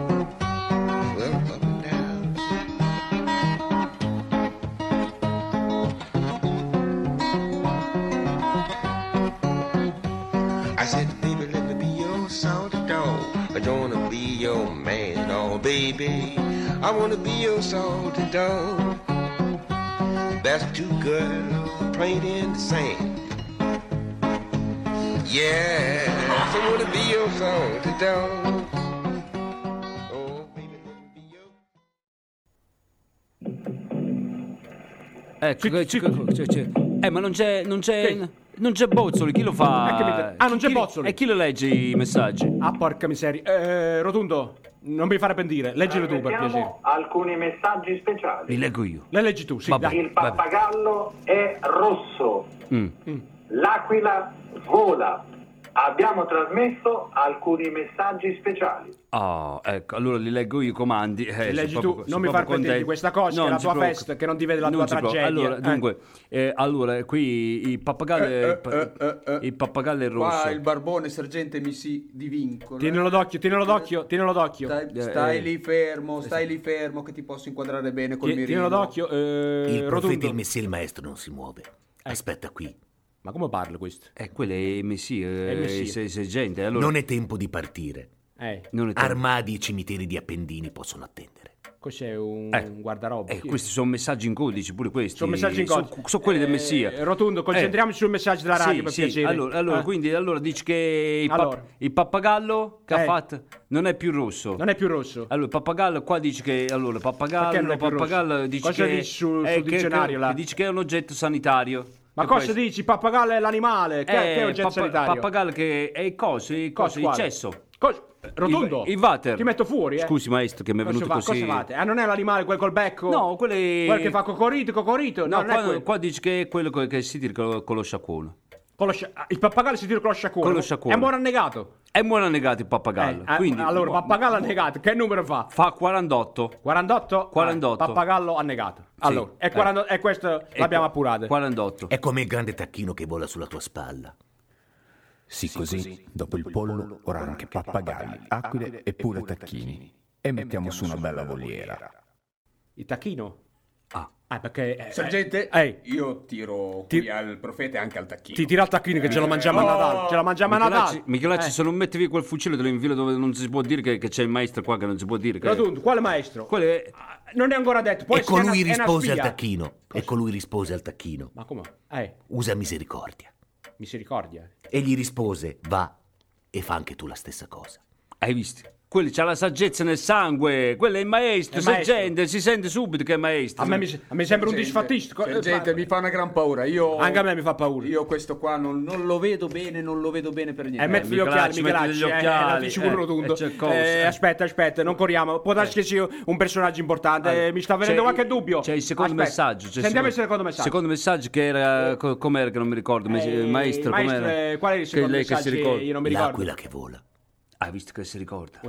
Speaker 13: Well, up and down. I said, baby, let me be your soldier dog. I don't wanna be your man at all, baby. I wanna be your soldier dog. That's two girls playing in the sand. Yeah, I wanna be your soldier dog. Oh, baby, let me be your-
Speaker 12: Ecco, che- che- che- che- eh, ma non c'è, non c'è, non c'è Bozzoli, chi lo
Speaker 3: Eh, che mi-
Speaker 12: fa?
Speaker 3: ah, non
Speaker 12: Chi-
Speaker 3: c'è
Speaker 12: chi-
Speaker 3: Bozzoli.
Speaker 12: E chi lo legge i messaggi?
Speaker 3: Ah, porca miseria. Eh, Rotundo, non mi fare pentire, leggilo tu per piacere.
Speaker 14: alcuni messaggi speciali.
Speaker 5: Li leggo io.
Speaker 3: Le leggi tu, sì,
Speaker 5: Vabbè.
Speaker 3: dai.
Speaker 14: Il pappagallo è rosso,
Speaker 12: Mm.
Speaker 14: l'aquila vola. Abbiamo trasmesso alcuni messaggi speciali.
Speaker 5: Ah, ecco, allora li leggo io i comandi. Eh, sono
Speaker 3: leggi
Speaker 5: proprio-
Speaker 3: tu, non
Speaker 5: sono
Speaker 3: mi
Speaker 5: proprio
Speaker 3: far pentire di
Speaker 5: contento.
Speaker 3: questa cosa, che è la
Speaker 5: ti
Speaker 3: tua
Speaker 5: preoccupi.
Speaker 3: festa, che non ti vede la tua
Speaker 5: ti preoccupi.
Speaker 3: tragedia,
Speaker 5: Allora,
Speaker 3: eh.
Speaker 5: dunque, eh, allora, qui il pappagallo
Speaker 9: Eh,
Speaker 5: è, il pa- il pappagallo è rosso.
Speaker 9: Qua il barbone sergente mi si divincola.
Speaker 3: Tienilo d'occhio, tienilo d'occhio, tienilo d'occhio.
Speaker 9: Stai,
Speaker 5: Eh,
Speaker 9: stai
Speaker 5: eh.
Speaker 9: lì fermo, stai lì fermo che ti posso inquadrare bene col
Speaker 3: Ti- Tienilo
Speaker 9: mirino.
Speaker 3: d'occhio, eh,
Speaker 4: Il profeta, il
Speaker 3: Rotundo.
Speaker 4: messia, il maestro non si muove. Aspetta qui.
Speaker 3: Ma come parla questo?
Speaker 5: Eh, quello è Messia,
Speaker 3: È Messia.
Speaker 5: eh, se- se gente. Allora,
Speaker 4: Non è tempo di partire.
Speaker 3: Eh,
Speaker 5: non è tempo.
Speaker 4: Armadi e cimiteri di appendini possono attendere.
Speaker 3: cos'è un
Speaker 5: Eh.
Speaker 3: guardaroba?
Speaker 5: Eh, questi sono messaggi in codice, pure questi.
Speaker 3: Sono messaggi in
Speaker 5: Sono-
Speaker 3: codice.
Speaker 5: Sono, quelli del
Speaker 3: Eh,
Speaker 5: Messia.
Speaker 3: Rotundo, concentriamoci sul messaggio della radio,
Speaker 5: Sì,
Speaker 3: per
Speaker 5: sì.
Speaker 3: piacere.
Speaker 5: Allora, allora,
Speaker 3: Eh.
Speaker 5: quindi allora dici che il, pap-
Speaker 3: Allora.
Speaker 5: il pappagallo che
Speaker 3: Eh.
Speaker 5: ha fatto non è più rosso.
Speaker 3: Non è più rosso.
Speaker 5: Allora, pappagallo qua dice che allora
Speaker 3: Perché non
Speaker 5: pappagallo,
Speaker 3: è più rosso?
Speaker 5: pappagallo dice
Speaker 3: Cosa
Speaker 5: che
Speaker 3: dici sul-
Speaker 5: eh,
Speaker 3: sul
Speaker 5: che-
Speaker 3: dizionario,
Speaker 5: che-
Speaker 3: là?
Speaker 5: che dice che è un oggetto sanitario.
Speaker 3: Ma
Speaker 5: Che
Speaker 3: cosa
Speaker 5: questo-
Speaker 3: dici? Pappagallo è l'animale, che,
Speaker 5: Eh,
Speaker 3: che è oggetto
Speaker 5: pappa-
Speaker 3: sanitario?
Speaker 5: Pappagallo che è il coso, il
Speaker 3: Cosa,
Speaker 5: coso, il
Speaker 3: quale?
Speaker 5: cesso.
Speaker 3: Cos- rotondo?
Speaker 5: Il, il water.
Speaker 3: Ti metto fuori, eh.
Speaker 5: Scusi maestro che mi è
Speaker 3: Cosa
Speaker 5: venuto
Speaker 3: fa-
Speaker 5: così.
Speaker 3: cosa fate? Ah, non è l'animale quel col becco?
Speaker 5: No, quello è-
Speaker 3: Quel che fa cocorito, cocorito? No,
Speaker 5: No,
Speaker 3: non è
Speaker 5: qua,
Speaker 3: quello.
Speaker 5: qua dice che è quello che, che si tira con, con lo sciacquone.
Speaker 3: Con lo scia- ah, Il pappagallo si tira con lo sciacquone.
Speaker 5: Con lo sciacquone.
Speaker 3: È buono annegato.
Speaker 5: E muore negato il pappagallo.
Speaker 3: Eh,
Speaker 5: Quindi
Speaker 3: eh, allora, pappagallo annegato, che numero fa?
Speaker 5: fa 48.
Speaker 3: 48?
Speaker 5: 48.
Speaker 3: Ah, pappagallo annegato. Allora, e, 40 e questo
Speaker 5: Ecco.
Speaker 3: l'abbiamo appurato.
Speaker 5: 48.
Speaker 4: È come il grande tacchino che vola sulla tua spalla.
Speaker 6: Sì, così, dopo il pollo, ora anche pappagalli, aquile e pure tacchini. E mettiamo su una bella voliera.
Speaker 3: Il tacchino?
Speaker 5: Ah,
Speaker 3: Ah, perché... eh,
Speaker 15: Sergente,
Speaker 3: eh,
Speaker 15: io tiro qui al profeta e anche al tacchino. Eh, oh,
Speaker 3: ti tira il tacchino che ce la mangiamo
Speaker 5: Oh.
Speaker 3: a Natale. Ce la mangiamo a Natale.
Speaker 5: Michelacci, Michelacci,
Speaker 3: Eh.
Speaker 5: se non metti via quel fucile te lo invio dove non si può dire che, che c'è il maestro qua che non si può dire. Che...
Speaker 3: Ma tu, quale maestro? Ah, Non è ancora detto. Poi
Speaker 4: e
Speaker 3: è
Speaker 4: colui
Speaker 3: una- è una
Speaker 4: rispose al
Speaker 3: spia.
Speaker 4: tacchino. E colui rispose al tacchino.
Speaker 3: Ma come? Eh,
Speaker 4: Usa misericordia.
Speaker 3: misericordia.
Speaker 4: E gli rispose, va e fa anche tu la stessa cosa.
Speaker 5: Hai visto? Quelli c'ha la saggezza nel sangue, quello è il maestro,
Speaker 4: È maestro.
Speaker 5: sergente, si sente subito che è maestro.
Speaker 3: A me mi se- a me sembra un eh, disfattisto.
Speaker 15: Sergente, cioè, mi fa una gran paura. Io,
Speaker 3: Anche a me mi fa paura.
Speaker 15: Io questo qua non, non lo vedo bene, non lo vedo bene per niente.
Speaker 3: Eh, metti gli occhiali, Michelacci, eh, eh, non ci vuole rotondo. Eh, aspetta, aspetta, non corriamo. Può darsi che sia un personaggio importante. Eh, mi sta venendo qualche dubbio.
Speaker 5: C'è Eh. il secondo
Speaker 3: Aspetta,
Speaker 5: messaggio. c'è
Speaker 3: Sentiamo il secondo messaggio.
Speaker 5: Secondo messaggio che era. co- com'era che non mi ricordo? mes-
Speaker 3: Eh,
Speaker 5: il maestro,
Speaker 3: maestro,
Speaker 5: com'era?
Speaker 3: eh, qual è il secondo
Speaker 5: che lei che si
Speaker 3: messaggio che
Speaker 5: ricorda?
Speaker 3: io non mi ricordo?
Speaker 4: L'aquila che vola.
Speaker 5: Hai visto che si ricorda?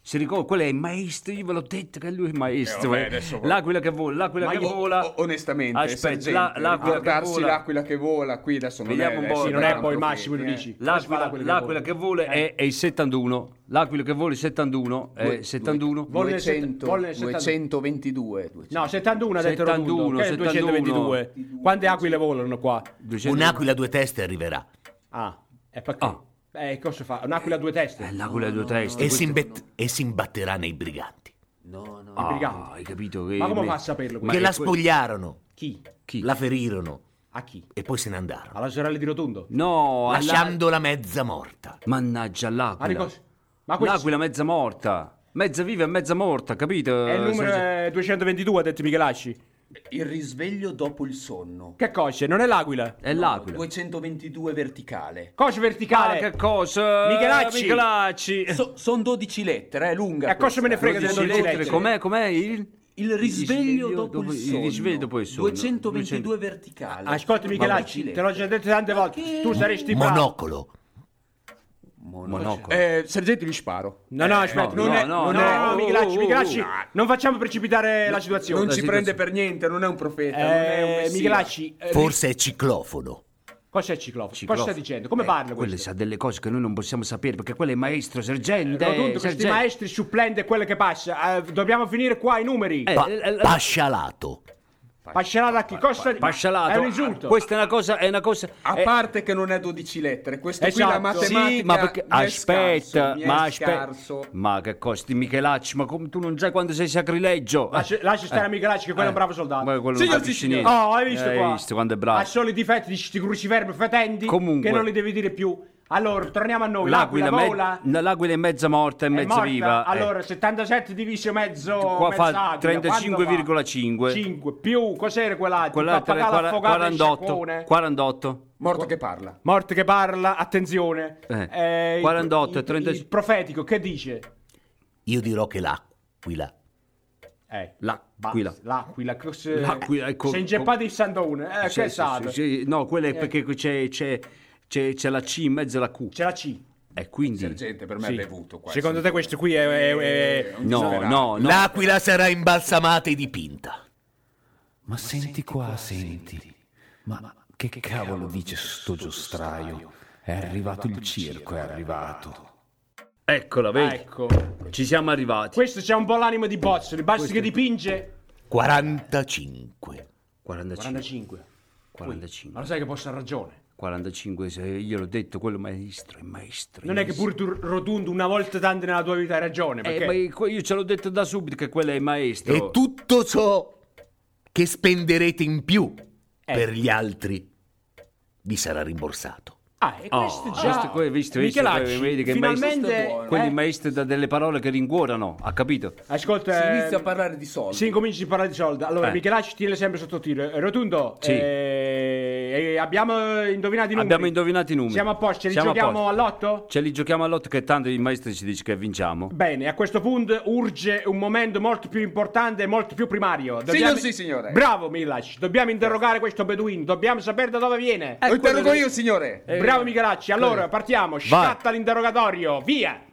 Speaker 5: Si ricorda, quello è il maestro, io ve l'ho detto che lui è il maestro.
Speaker 15: Eh, vabbè,
Speaker 5: eh.
Speaker 15: adesso-
Speaker 5: l'aquila che vola, l'aquila
Speaker 15: Ma
Speaker 5: che
Speaker 15: io,
Speaker 5: vola.
Speaker 15: o- onestamente,
Speaker 5: Aspetta,
Speaker 15: sergente,
Speaker 5: la- l'aquila che
Speaker 15: ricordarsi
Speaker 5: vola-
Speaker 15: l'aquila che vola qui adesso non
Speaker 5: Vediamo
Speaker 15: è,
Speaker 5: un
Speaker 15: adesso
Speaker 5: po'.
Speaker 15: gran profeta, eh.
Speaker 5: L'aquila, l'aquila che vola è, è il 71. L'aquila che vola è il 71. È
Speaker 15: Due-
Speaker 5: il 71.
Speaker 15: Volle
Speaker 3: 200,
Speaker 15: 200,
Speaker 3: volle
Speaker 15: 222.
Speaker 3: No, 71 ha detto Rotundo, che è
Speaker 5: 71.
Speaker 3: 222. Eh, Quante aquile volano qua?
Speaker 4: Un'aquila a due teste arriverà.
Speaker 3: Ah, è perché? Eh, cosa fa? Un'aquila a due teste. Eh,
Speaker 5: L'aquila Eh, a due teste.
Speaker 4: e, si imbet- e si imbatterà nei briganti.
Speaker 5: Ah,
Speaker 3: briganti.
Speaker 5: hai capito? Che
Speaker 3: Ma come
Speaker 5: me-
Speaker 3: fa a saperlo?
Speaker 4: che
Speaker 3: questo?
Speaker 4: la spogliarono.
Speaker 3: Chi?
Speaker 4: La ferirono.
Speaker 3: A chi?
Speaker 4: E poi se ne andarono.
Speaker 3: Alla sorella di Rotondo?
Speaker 5: No, alla-
Speaker 4: Lasciandola mezza morta.
Speaker 5: Mannaggia
Speaker 3: Ma
Speaker 5: l'aquila.
Speaker 3: ricos- ma questo-
Speaker 5: L'aquila mezza morta. Mezza viva e mezza morta, capito?
Speaker 3: È il numero
Speaker 5: Sergio?
Speaker 3: eh, 222, ha detto Michelacci.
Speaker 15: Il risveglio dopo il sonno.
Speaker 3: Che cosce? Non è l'aquila?
Speaker 5: È l'aquila.
Speaker 15: 222 verticale.
Speaker 3: Cosce verticale. Eh,
Speaker 15: Ah, che
Speaker 5: cosa?
Speaker 15: Michelacci.
Speaker 5: Michelacci.
Speaker 15: sono 12 lettere, è lunga.
Speaker 3: E cosa me ne frega delle 12 lettere?
Speaker 5: Com'è, com'è il...
Speaker 15: Il risveglio dopo, il
Speaker 5: il
Speaker 15: sonno.
Speaker 5: risveglio dopo il sonno.
Speaker 15: 222 verticale.
Speaker 3: Ascolta Michelacci, Ah, te l'ho già detto tante volte. Tu saresti bravo.
Speaker 4: Monocolo.
Speaker 5: Monocolo.
Speaker 15: Eh, sergente, gli sparo.
Speaker 3: No, no, aspetta, non è, no, no, Michelacci, Michelacci, non facciamo precipitare la situazione.
Speaker 15: Non ci prende per niente, non è un profeta. non è un
Speaker 3: Eh,
Speaker 15: messia.
Speaker 3: Michelacci, eh,
Speaker 4: Forse è ciclofono.
Speaker 3: cosa c'è ciclofo? Cosa
Speaker 5: Ciclofo.
Speaker 3: stai dicendo? Come
Speaker 5: Eh,
Speaker 3: parla
Speaker 5: Quello
Speaker 3: questo?
Speaker 5: sa delle cose che noi non possiamo sapere perché quello è maestro, sergente.
Speaker 3: Rotondo, questi
Speaker 5: sergente.
Speaker 3: maestri supplenti è quello che passa. Eh, dobbiamo finire qua i numeri.
Speaker 5: Eh, eh, eh,
Speaker 4: Pascialato.
Speaker 3: Pascialato a chi? Cosa?
Speaker 5: Pascialato.
Speaker 3: È un insulto.
Speaker 5: Questa è una cosa, è una cosa.
Speaker 15: A
Speaker 5: è-
Speaker 15: parte che non è 12 lettere, questa
Speaker 5: Esatto.
Speaker 15: qui la matematica.
Speaker 5: Sì, ma perché-
Speaker 15: mi è
Speaker 5: aspetta,
Speaker 15: scarso, mi è
Speaker 5: ma aspetta,
Speaker 15: scarso.
Speaker 5: ma che costi Michelacci? Ma come tu non sai quando sei Eh. sacrilegio?
Speaker 3: Lascia, lascia stare a Michelacci, che quello è un bravo soldato. Signor Ciccinini. Oh, hai visto
Speaker 5: Eh, hai
Speaker 3: qua?
Speaker 5: visto quando è bravo?
Speaker 3: Ha solo i difetti di sti cruciverbi fetendi
Speaker 5: Comunque.
Speaker 3: che non li devi dire più. Allora, torniamo a noi.
Speaker 5: L'aquila,
Speaker 3: L'aquila,
Speaker 5: me-
Speaker 3: vola,
Speaker 5: l'aquila è mezza morta e
Speaker 3: è
Speaker 5: mezza
Speaker 3: morta.
Speaker 5: viva. eh.
Speaker 3: Allora, 77 diviso mezzo
Speaker 5: qua
Speaker 3: mezza
Speaker 5: fa
Speaker 3: aquila, quanto fa?
Speaker 5: 35,5.
Speaker 3: 5 più cos'era quell'altro?
Speaker 5: Quell'altra
Speaker 3: Pappagallo
Speaker 5: era
Speaker 3: affogato in
Speaker 5: 48.
Speaker 3: sciacquone.
Speaker 5: 48.
Speaker 15: Morto che parla.
Speaker 3: Morte che parla, attenzione.
Speaker 5: Eh,
Speaker 3: Eh, il-
Speaker 5: 48 e
Speaker 3: il-
Speaker 5: 30
Speaker 3: il profetico che dice?
Speaker 4: Io dirò che l'aquila.
Speaker 3: Eh,
Speaker 5: L'aquila.
Speaker 3: L'aquila, cos-
Speaker 5: L'aquila, ecco,
Speaker 3: si è ingeppato il sandone. Eh,
Speaker 5: Sì,
Speaker 3: che è
Speaker 5: sì,
Speaker 3: stato?
Speaker 5: sì, sì. No, quella è
Speaker 3: Eh.
Speaker 5: perché c'è, c'è, c'è, c'è la C in mezzo alla Q. C'è
Speaker 3: la C.
Speaker 5: E quindi...
Speaker 15: Sergente, per me
Speaker 3: Sì.
Speaker 15: è bevuto qua.
Speaker 3: Secondo te questo qui è... è- è-
Speaker 5: No, no, no.
Speaker 4: L'aquila sarà imbalsamata e dipinta.
Speaker 6: Ma senti qua, senti. Ma che cavolo dice sto giostraio? È arrivato il circo, è arrivato.
Speaker 5: Eccola, vedi?
Speaker 3: Ecco.
Speaker 5: Ci siamo arrivati.
Speaker 3: Questo c'è un po' l'anima di Bozzoli, basta che dipinge...
Speaker 4: 45.
Speaker 5: 45.
Speaker 3: 45.
Speaker 5: 45.
Speaker 3: Ma lo sai che posso ha ragione.
Speaker 5: 45, se io l'ho detto, quello è maestro, è maestro.
Speaker 3: Non è che pure tu rotondo una volta tanto nella tua vita hai ragione, perché...
Speaker 5: Eh, ma io io ce l'ho detto da subito che quello è il maestro.
Speaker 4: E tutto ciò che spenderete in più per gli altri vi sarà rimborsato.
Speaker 3: Ah, e questo già...
Speaker 5: Oh, Questo qua, hai visto, hai visto,
Speaker 3: Michelacci,
Speaker 5: vedi che il maestro-
Speaker 3: finalmente...
Speaker 5: Quelli
Speaker 3: eh,
Speaker 5: il maestro dà delle parole che rincuorano, ha capito?
Speaker 3: Ascolta,
Speaker 15: Si
Speaker 3: eh,
Speaker 15: inizia a parlare di soldi.
Speaker 3: Si incominci a parlare di soldi. Allora,
Speaker 5: Eh.
Speaker 3: Michelacci tiene sempre sotto tiro. Eh, Rotundo,
Speaker 5: Sì.
Speaker 3: eh, eh, abbiamo indovinato i numeri.
Speaker 5: Abbiamo indovinato i numeri.
Speaker 3: Siamo a posto, ce li
Speaker 5: Siamo a
Speaker 3: giochiamo
Speaker 5: posto.
Speaker 3: all'otto?
Speaker 5: Ce li giochiamo all'otto che tanto il maestro ci dice che vinciamo.
Speaker 3: Bene, a questo punto urge un momento molto più importante e molto più primario.
Speaker 15: Signor sì, signore.
Speaker 3: Bravo Michelacci, dobbiamo interrogare questo beduino, dobbiamo sapere da dove viene. Eh,
Speaker 15: Lo interrogo io, signore.
Speaker 5: Eh.
Speaker 3: Bravo Michelacci, allora partiamo, scatta l'interrogatorio, via!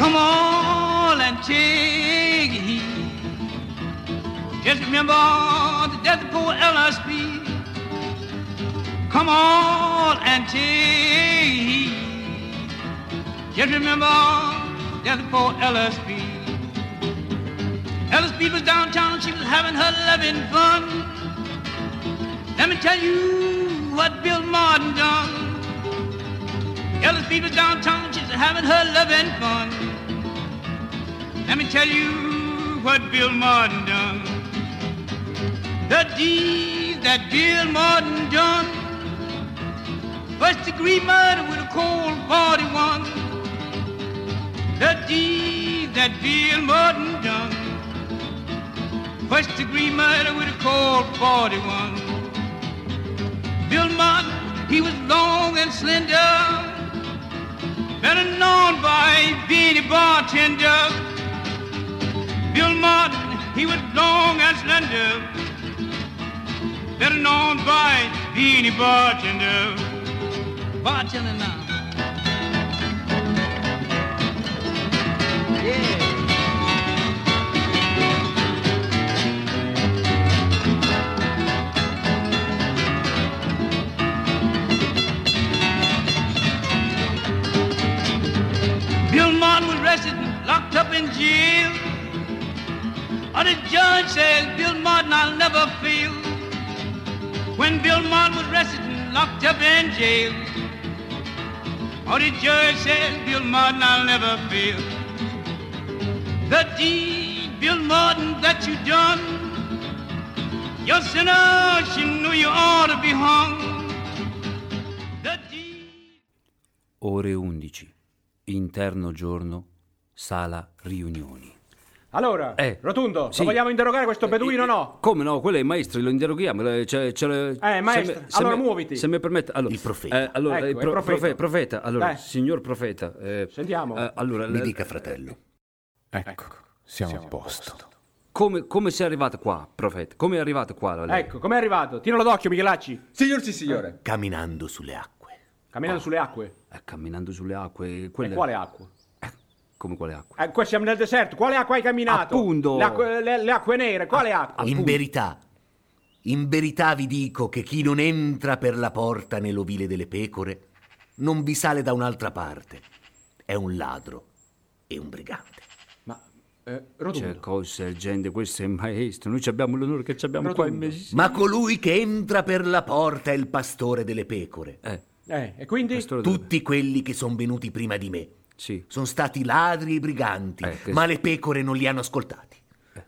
Speaker 10: Come on and take it
Speaker 16: Just remember the death of poor LSB. Come on and take heed. Just remember the death of poor LSB. LSB was downtown, she was having her loving fun. Let me tell you what Bill Martin done. LSB was downtown, she was having her loving fun. Let me tell you what Bill Martin done. The deed that Bill Martin done. First degree murder with a cold 41. The deed that Bill Martin done. First degree murder with a cold 41. Bill Martin, he was long and slender. Better known by Benny Bartender. Bill Martin, he was long and slender. Better known by Beanie Bartender. Bartender now. Yeah. Bill Martin was arrested and locked up in jail. Oh, the judge says, Bill Martin, I'll never fail. When Bill Martin was arrested and locked up in jail. Oh, the judge says, Bill Martin, I'll never fail. The deed, Bill Martin, that you done. Your sinner, she knew you ought to be hung. The deed.
Speaker 5: Ore 11. Interno giorno, sala riunioni.
Speaker 3: Allora,
Speaker 5: Eh.
Speaker 3: Rotundo, lo vogliamo interrogare questo beduino o no?
Speaker 5: Come no? Quello è il maestro, lo interroghiamo. eh, Cioè, ce lo- se
Speaker 3: maestro,
Speaker 5: me- se
Speaker 3: allora
Speaker 5: me-
Speaker 3: muoviti.
Speaker 5: Se mi permette, allora, il profeta. allora,
Speaker 3: Ecco,
Speaker 5: eh,
Speaker 3: il
Speaker 5: pro- profe-
Speaker 3: profeta.
Speaker 5: profeta. allora,
Speaker 3: Eh.
Speaker 5: signor profeta. eh,
Speaker 3: Sentiamo.
Speaker 5: eh, allora,
Speaker 4: Mi
Speaker 5: eh,
Speaker 4: dica, fratello.
Speaker 6: Ecco, siamo, a posto.
Speaker 5: Come, come sei arrivato qua, profeta? Come è arrivato qua? la-
Speaker 3: Ecco, com'è arrivato? Tiralo d'occhio, Michelacci.
Speaker 15: Signor sì, signore.
Speaker 4: Camminando sulle acque.
Speaker 3: Camminando sulle acque.
Speaker 5: Eh, camminando sulle acque.
Speaker 3: E
Speaker 5: quelle- Eh,
Speaker 3: quale acqua?
Speaker 5: Come quale acqua?
Speaker 3: Eh, qua siamo nel deserto. Quale acqua hai camminato?
Speaker 4: Appunto.
Speaker 3: Le acque, le- le acque nere, quale
Speaker 5: Ah,
Speaker 3: acqua?
Speaker 4: In verità, in verità vi dico che chi non entra per la porta nell'ovile delle pecore non vi sale da un'altra parte. È un ladro e un brigante.
Speaker 15: Eh,
Speaker 5: Cioè, cosa, gente, questo è il maestro. Noi ci abbiamo l'onore che ci abbiamo qua in mezzo.
Speaker 4: Ma colui che entra per la porta è il pastore delle pecore.
Speaker 3: Eh, e quindi?
Speaker 4: Tutti quelli che sono venuti prima di me sono stati ladri e briganti,
Speaker 5: Eh, che-
Speaker 4: ma le pecore non li hanno ascoltati.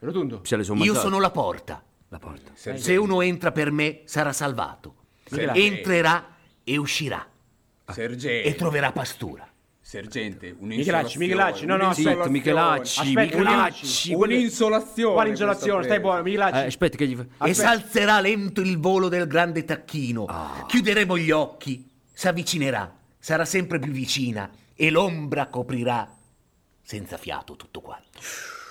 Speaker 3: Rotundo.
Speaker 5: Se le sono
Speaker 4: Io
Speaker 5: mangiate.
Speaker 4: sono la porta.
Speaker 5: Sì.
Speaker 4: Se uno entra per me sarà salvato.
Speaker 15: Sergente.
Speaker 4: Entrerà e uscirà
Speaker 6: Ah.
Speaker 15: Sergente.
Speaker 4: e troverà pastura.
Speaker 15: Sergente, un
Speaker 3: Michelacci, Michelacci, no, no, aspetta. Aspetta,
Speaker 15: Un'insolazione.
Speaker 3: Quale insolazione? Stai buono, Michelacci.
Speaker 5: Eh, aspetta che gli
Speaker 4: E s'alzerà lento il volo del grande tacchino.
Speaker 5: Ah.
Speaker 4: Chiuderemo gli occhi. S'avvicinerà. Sarà sempre più vicina. E l'ombra coprirà senza fiato tutto quanto.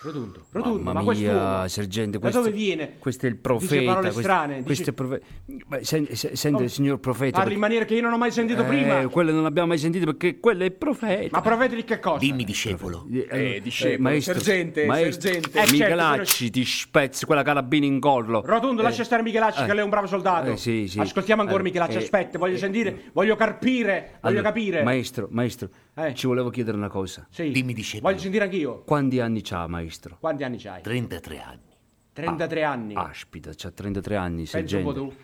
Speaker 3: Rotundo, Rotundo,
Speaker 5: Mamma
Speaker 3: ma
Speaker 5: mia,
Speaker 3: quest'uomo
Speaker 5: sergente,
Speaker 3: da
Speaker 5: questo,
Speaker 3: dove viene?
Speaker 5: questo è il profeta.
Speaker 3: parole
Speaker 5: questo-
Speaker 3: strane, dice-
Speaker 5: questo è il profe- Ma sen- se- sente,
Speaker 3: Oh,
Speaker 5: signor profeta.
Speaker 3: parli in maniera che io non ho mai sentito prima.
Speaker 5: Quello Eh, non l'abbiamo mai sentito perché quello è il profeta.
Speaker 3: Ma profeta di che cosa?
Speaker 4: Dimmi discepolo.
Speaker 5: Eh,
Speaker 15: discepolo,
Speaker 5: maestro,
Speaker 15: sergente,
Speaker 5: maestro,
Speaker 15: sergente. Eh, certo,
Speaker 5: Michelacci, ti spezzi quella carabina in collo.
Speaker 3: Rotundo,
Speaker 5: Eh,
Speaker 3: lascia stare Michelacci
Speaker 5: eh.
Speaker 3: che lei è un bravo soldato.
Speaker 5: Eh, sì, sì.
Speaker 3: Ascoltiamo ancora
Speaker 5: Eh,
Speaker 3: Michelacci,
Speaker 5: eh,
Speaker 3: aspetta, voglio sentire, voglio carpire, voglio
Speaker 5: Allora,
Speaker 3: capire. Eh.
Speaker 5: Maestro, maestro, ci volevo chiedere una cosa.
Speaker 3: Sì.
Speaker 4: Dimmi discepolo.
Speaker 3: Voglio sentire anch'io.
Speaker 5: Quanti anni c'ha, maestro? Ah,
Speaker 3: Quanti anni c'hai?
Speaker 4: 33 anni.
Speaker 3: 33 anni.
Speaker 5: Aspita, c'ha 33 anni,
Speaker 3: Pensa un po'
Speaker 5: sergente.
Speaker 3: tu.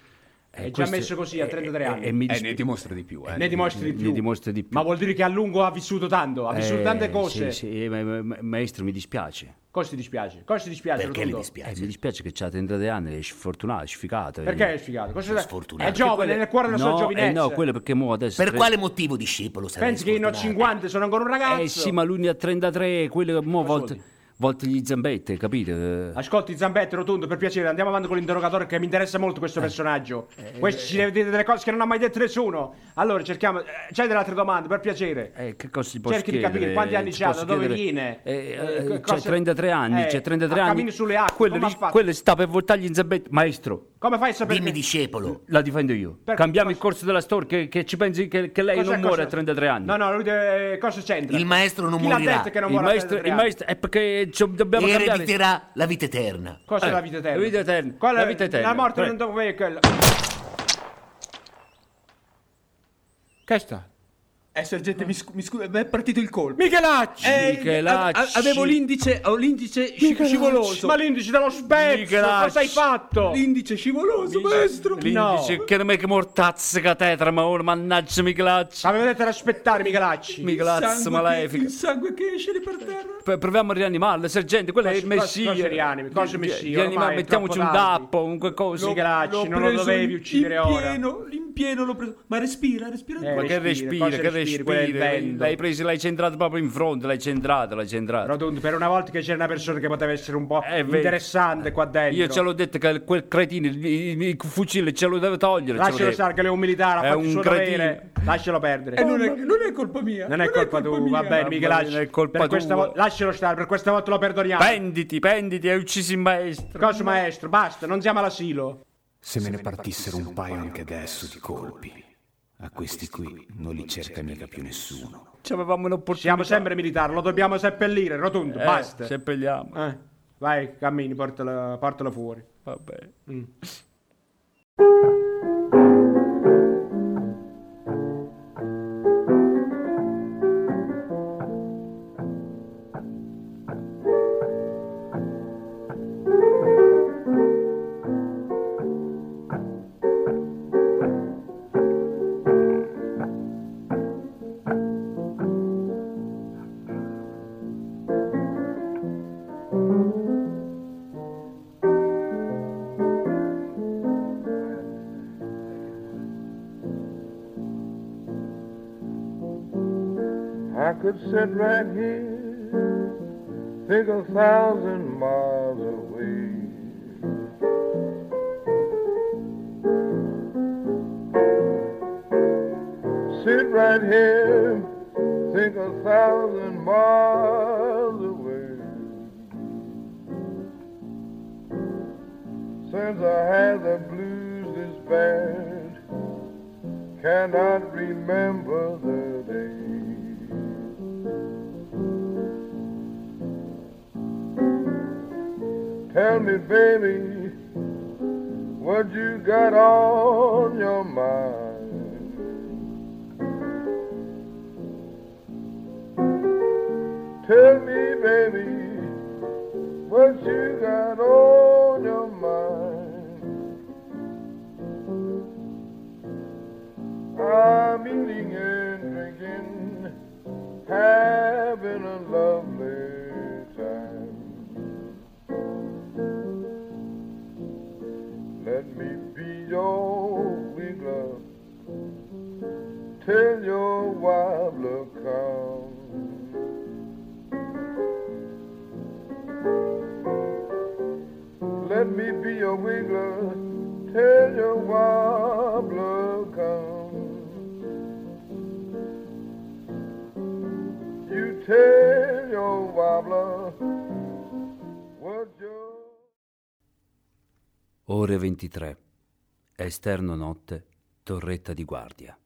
Speaker 5: Eh,
Speaker 3: è già
Speaker 5: questo-
Speaker 3: messo così a 33 anni.
Speaker 5: mi
Speaker 15: Eh,
Speaker 5: dispi-
Speaker 15: ne dimostra di più, eh.
Speaker 3: ne dimostri di più.
Speaker 5: Ne dimostri di più.
Speaker 3: Ma vuol dire che a lungo ha vissuto tanto, ha vissuto
Speaker 5: Eh,
Speaker 3: tante cose.
Speaker 5: Sì, sì, ma- ma- ma- maestro, mi dispiace.
Speaker 3: Cosa ti dispiace? Cosa ti dispiace? Rotundo?
Speaker 5: Eh, mi dispiace che c'ha 33 anni, è sfortunato, è sfigato.
Speaker 3: Perché è sfigato? Cosa-
Speaker 4: sfortunato.
Speaker 3: È giovane,
Speaker 5: Perché
Speaker 3: nel cuore della
Speaker 5: no,
Speaker 3: sua
Speaker 5: eh,
Speaker 3: giovinezza.
Speaker 5: no, quello perché mo adesso...
Speaker 4: Per
Speaker 5: tre-
Speaker 4: quale motivo discepolo sarei
Speaker 3: Pensi che io ne ho
Speaker 4: sfortunato?
Speaker 3: 50, sono ancora un ragazzo.
Speaker 5: Eh sì, ma lui ne ha 33, quello che mo volte, volte gli zambette, capite?
Speaker 3: Ascolti Zambetto Rotondo, per piacere, andiamo avanti con l'interrogatore che mi interessa molto
Speaker 5: Eh.
Speaker 3: questo personaggio. Questo ci deve dire delle cose che non ha mai detto nessuno. Allora, cerchiamo... eh, C'hai delle altre domande, per piacere.
Speaker 5: Eh, che cosa ti posso
Speaker 3: Cerchi di
Speaker 5: chiedere?
Speaker 3: capire quanti anni
Speaker 5: Ti
Speaker 3: c'ha, da
Speaker 5: posso
Speaker 3: dove
Speaker 5: chiedere?
Speaker 3: viene.
Speaker 5: Eh,
Speaker 3: Eh, che
Speaker 5: c'ha
Speaker 3: cosa-
Speaker 5: 33 anni,
Speaker 3: Eh,
Speaker 5: c'ha 33
Speaker 3: a
Speaker 5: anni.
Speaker 3: Cammini sulle acque,
Speaker 5: Quello,
Speaker 3: come ha
Speaker 5: ris-
Speaker 3: fatto?
Speaker 5: quello sta per voltargli in zambette. Maestro,
Speaker 3: Come fai a sapere?
Speaker 4: Dimmi discepolo.
Speaker 5: la difendo io.
Speaker 3: Perché?
Speaker 5: Cambiamo il corso della storia, che, che ci pensi che, che lei
Speaker 3: Cosa-
Speaker 5: non muore
Speaker 3: cosa-
Speaker 5: a 33 anni.
Speaker 3: No, no, lui deve... eh, cosa c'entra?
Speaker 4: Il maestro non
Speaker 3: Chi l'ha
Speaker 4: morirà.
Speaker 3: detto che non
Speaker 5: il
Speaker 3: muore a
Speaker 5: maestro,
Speaker 3: 33
Speaker 5: il
Speaker 3: anni?
Speaker 5: maestro è perché
Speaker 12: eh, ci dobbiamo
Speaker 4: e
Speaker 12: cambiare.
Speaker 4: erediterà la vita eterna.
Speaker 3: Cosa è
Speaker 12: Eh,
Speaker 3: la vita eterna?
Speaker 12: la vita eterna.
Speaker 3: Qual è
Speaker 12: La vita eterna,
Speaker 3: La morte
Speaker 12: prego.
Speaker 3: non dopo me è quella.
Speaker 15: Che è stato? Eh, sergente, mi, scu- mi scusi, mi è partito il colpo.
Speaker 3: Michelacci!
Speaker 15: Eh,
Speaker 3: Michelacci!
Speaker 15: a- a- avevo l'indice, ho l'indice sci-
Speaker 3: Michelacci.
Speaker 15: scivoloso.
Speaker 3: Ma l'indice dello spezzo,
Speaker 15: Michelacci.
Speaker 3: cosa hai fatto?
Speaker 15: L'indice scivoloso, maestro!
Speaker 12: L'indice che non è che mortazzica tetra, ma
Speaker 5: oh,
Speaker 12: ora mannaggia Michelacci.
Speaker 3: Avevo detto di aspettare Michelacci.
Speaker 12: Michelacci,
Speaker 15: sangue
Speaker 12: malefica.
Speaker 15: che- Il sangue che esce di per terra.
Speaker 12: P- Proviamo a rianimarlo, sergente, quello è il
Speaker 3: Cosa- cosa-
Speaker 12: messia.
Speaker 3: cosa rianimi? Cosa messia?
Speaker 12: Rianima-
Speaker 3: Ormai è
Speaker 12: mettiamoci un
Speaker 3: troppo tardi.
Speaker 12: tappo, un qualcosa.
Speaker 3: Lo- Michelacci, non lo
Speaker 15: preso
Speaker 3: dovevi
Speaker 15: in-
Speaker 3: uccidere
Speaker 15: in
Speaker 3: ora. Eh,
Speaker 15: pieno, in pieno l'ho preso. Ma respira, respira.
Speaker 12: Ma che respira,
Speaker 3: cosa
Speaker 12: che
Speaker 3: respiri? Quello è
Speaker 12: respira.
Speaker 3: il vento.
Speaker 12: L'hai preso, l'hai centrato proprio in fronte, l'hai centrato, l'hai centrato.
Speaker 3: Rotondi, per una volta che c'era una persona che poteva essere un po'
Speaker 15: Eh,
Speaker 12: vedi.
Speaker 3: interessante qua dentro.
Speaker 12: Io ce l'ho detto che quel cretino, il, il- il fucile ce lo deve togliere. ce lo
Speaker 3: Lascialo
Speaker 12: deve.
Speaker 3: stare, che lui è un militare,
Speaker 12: È
Speaker 3: ha fatto il
Speaker 12: un
Speaker 3: suo dovere. Lascialo perdere.
Speaker 15: E non è, non è colpa mia.
Speaker 3: Non è colpa tua, va bene, Michelacci.
Speaker 12: non è colpa
Speaker 3: per questa
Speaker 12: tua.
Speaker 3: vo- lascialo stare, per questa volta lo perdoniamo.
Speaker 12: Penditi, penditi, hai ucciso il maestro.
Speaker 3: Cosa maestro, basta, non siamo all'asilo.
Speaker 6: Se me ne partissero un paio anche adesso di colpi, a questi qui non li cerca mica più nessuno.
Speaker 12: Ci avevamo un'opportunità.
Speaker 3: Siamo sempre militari, lo dobbiamo seppellire, rotondo,
Speaker 12: Eh,
Speaker 3: basta.
Speaker 12: seppelliamo.
Speaker 3: Eh, Vai, cammini, portalo, portalo fuori. Mm.
Speaker 12: Va bene.
Speaker 17: I could sit right here, think a thousand miles away. Sit right here, think a thousand miles away. Since I had the blues this bad, cannot remember the day. Tell me, baby, what you got on your mind? Tell me, baby, what you got on your mind? I'm eating and drinking, having a lovely time. Let me be your wiggler till your wobbler comes. Let me be your wiggler till your wobbler comes. You tell your wobbler what you
Speaker 5: Ore 23. Esterno notte, torretta di guardia.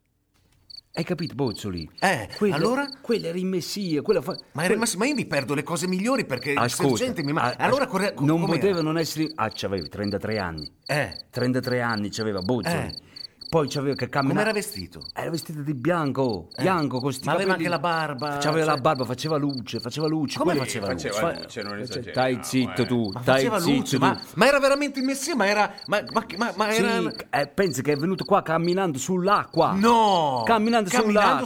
Speaker 5: Hai capito, Bozzoli?
Speaker 4: Eh, allora?
Speaker 5: Quella era in messia, quella fa...
Speaker 4: Ma, era- ma- ma io mi perdo le cose migliori perché
Speaker 5: Ah,
Speaker 4: il
Speaker 5: Ascolta,
Speaker 4: sergente mi ma-
Speaker 5: a-
Speaker 4: allora
Speaker 5: as-
Speaker 4: corre- co-
Speaker 5: ah, non
Speaker 4: com'era?
Speaker 5: poteva non essere... Ah, c'avevi 33 anni.
Speaker 4: Eh.
Speaker 5: 33 anni c'aveva Bozzoli.
Speaker 4: Eh.
Speaker 5: Poi c'aveva che camminava...
Speaker 4: Com'era vestito? Eh.
Speaker 5: Era vestito di bianco, bianco, con sti
Speaker 4: Ma aveva
Speaker 5: capelli-
Speaker 4: anche la barba,
Speaker 5: C'aveva
Speaker 4: cioè-
Speaker 5: la barba, faceva luce, faceva luce.
Speaker 4: Come
Speaker 5: quello-
Speaker 4: faceva luce?
Speaker 5: Fa-
Speaker 15: luce, Cioè, non
Speaker 5: Stai
Speaker 15: esageriamo,
Speaker 5: stai zitto
Speaker 15: eh.
Speaker 5: tu,
Speaker 4: Ma
Speaker 5: stai
Speaker 4: faceva
Speaker 5: zitto
Speaker 4: luce,
Speaker 5: tu.
Speaker 4: ma, ma era veramente il messia, ma era... Ma, ma- ma- ma era...
Speaker 5: Sì, eh, pensi che è venuto qua camminando sull'acqua?
Speaker 4: No!
Speaker 5: Camminando, sull'acqua.
Speaker 4: Camminando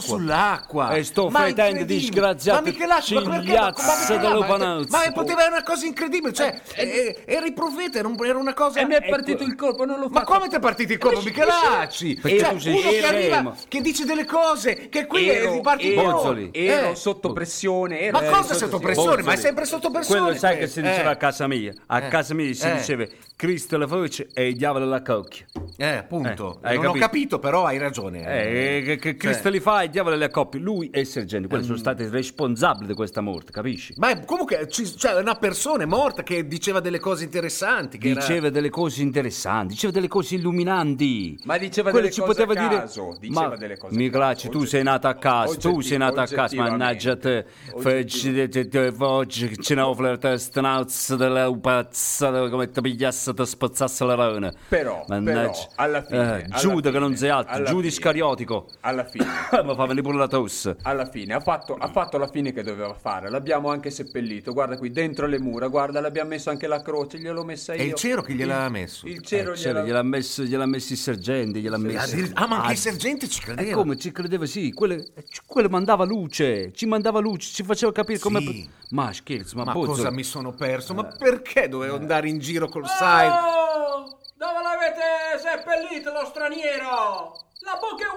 Speaker 4: sull'acqua.
Speaker 5: E sto
Speaker 4: Ma
Speaker 5: fredendo
Speaker 4: incredibile.
Speaker 5: disgraziato.
Speaker 4: Ma Michelacci, ma perché- ma- ma
Speaker 5: cigliazza
Speaker 4: perché-
Speaker 5: dello
Speaker 4: ma-
Speaker 5: Panazzo.
Speaker 4: Ma poteva essere una cosa incredibile, cioè, eh, era il profeta, era, un- era una cosa...
Speaker 15: E mi
Speaker 5: Ecco.
Speaker 15: è partito il colpo, non l'ho
Speaker 4: Ma
Speaker 15: fatto.
Speaker 4: come ti è partito il colpo, Michelacci?
Speaker 5: Perché
Speaker 4: Cioè,
Speaker 5: tu
Speaker 4: uno
Speaker 5: sei
Speaker 4: che
Speaker 5: scemo.
Speaker 4: arriva, che dice delle cose, che qui è
Speaker 15: ero,
Speaker 4: ripartito...
Speaker 5: Bozzoli.
Speaker 15: ero, ero
Speaker 4: Eh.
Speaker 15: sotto pressione.
Speaker 5: eh,
Speaker 15: Ero
Speaker 4: Ma
Speaker 15: sotto
Speaker 4: cosa sotto
Speaker 15: pressione?
Speaker 4: pressione? Ma è
Speaker 5: Bozzoli.
Speaker 4: sempre sotto pressione.
Speaker 5: Quello sai che
Speaker 4: questo.
Speaker 5: si diceva
Speaker 4: Eh.
Speaker 5: a casa mia. A
Speaker 4: Eh.
Speaker 5: casa mia si
Speaker 4: Eh.
Speaker 5: diceva Cristo la voce e il diavolo la cocchia.
Speaker 4: Eh, appunto.
Speaker 5: Eh, hai
Speaker 4: non ho
Speaker 5: capito?
Speaker 4: capito, però hai ragione.
Speaker 5: Eh, che, che
Speaker 6: Cioè.
Speaker 5: Cristo li fa e il diavolo le coppie. Lui e il sergente, quelli
Speaker 6: Mm.
Speaker 5: sono stati responsabili di questa morte, capisci?
Speaker 4: Ma è- comunque, ci- cioè, una persona è morta che diceva delle cose interessanti. Che era-
Speaker 5: Diceva delle cose interessanti, diceva delle cose illuminanti.
Speaker 15: Ma
Speaker 6: diceva
Speaker 5: quello
Speaker 6: delle
Speaker 5: ci
Speaker 6: cose
Speaker 5: poteva
Speaker 6: a
Speaker 5: dire
Speaker 6: caso, diceva
Speaker 5: ma
Speaker 6: delle cose a
Speaker 5: Miclacci tu sei nato a casa tu sei nato a casa
Speaker 6: oggettivamente.
Speaker 5: mannaggia te facci te oggi ce n'ho flirta stranauzza della upazzata come ti pigliasse ti spazzasse la rana Eh,
Speaker 6: Però, però, alla fine, alla
Speaker 5: Giuda che non sei altro
Speaker 6: alla
Speaker 5: Giuda
Speaker 6: fine.
Speaker 5: Iscariotico
Speaker 6: alla fine
Speaker 5: [COUGHS] ma fa venire pure la tosse
Speaker 6: alla fine ha fatto, ha fatto la fine che doveva fare l'abbiamo anche seppellito guarda qui dentro le mura guarda l'abbiamo messo anche la croce gliel'ho messa io
Speaker 5: E il cero chi gliel'ha
Speaker 6: Il-
Speaker 5: messo?
Speaker 6: il cero
Speaker 5: Eh, c'era,
Speaker 6: gliel'ha
Speaker 5: gliel'ha messo gliel'ha messo il sergente gliel'ha messo
Speaker 6: addir- ah, ma anche il
Speaker 5: sergente ci credeva come ci credeva sì quello, ci- quello mandava luce ci mandava luce ci faceva capire come
Speaker 4: Sì.
Speaker 5: ma scherzo ma,
Speaker 4: Ma
Speaker 5: Bozzo-
Speaker 4: cosa mi sono perso?
Speaker 5: Eh.
Speaker 4: Ma perché dovevo andare in giro
Speaker 5: Ah!
Speaker 4: col side?
Speaker 3: Oh, dove l'avete seppellito lo straniero? La bocca è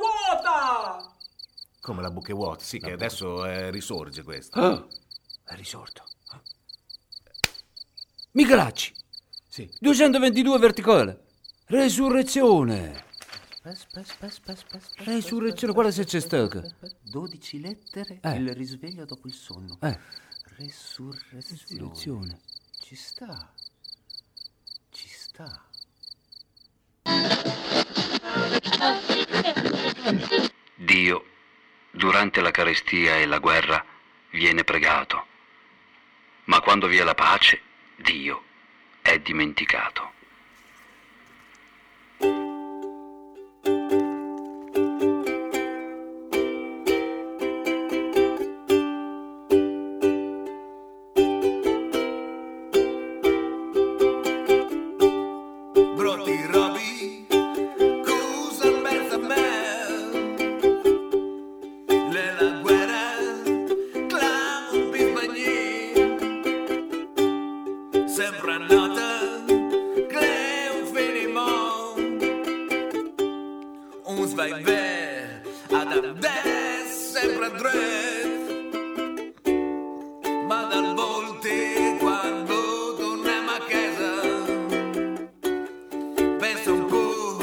Speaker 3: vuota!
Speaker 4: Come la Buche Watt, sì, che adesso eh, risorge questa.
Speaker 5: Ah, è risorto Michelacci
Speaker 4: Sì.
Speaker 5: 222 verticale resurrezione resurrezione guarda se c'è stacca
Speaker 18: 12 lettere,
Speaker 5: Eh.
Speaker 18: il risveglio dopo il sonno.
Speaker 5: Eh.
Speaker 18: Resurrezione.
Speaker 5: Resurrezione.
Speaker 18: Ci sta. Ci sta.
Speaker 7: Dio, durante la carestia e la guerra, viene pregato, ma quando vi è la pace, Dio è dimenticato.
Speaker 19: Broti Robi, Cusan Berzamel, Lela Guerra, Clamon Bisbagni, Sembra Nota, Cleo Filimon, Ons vai ver, Adam Des, sempre dret, ma dal volte quando torniamo a casa. Penso un po'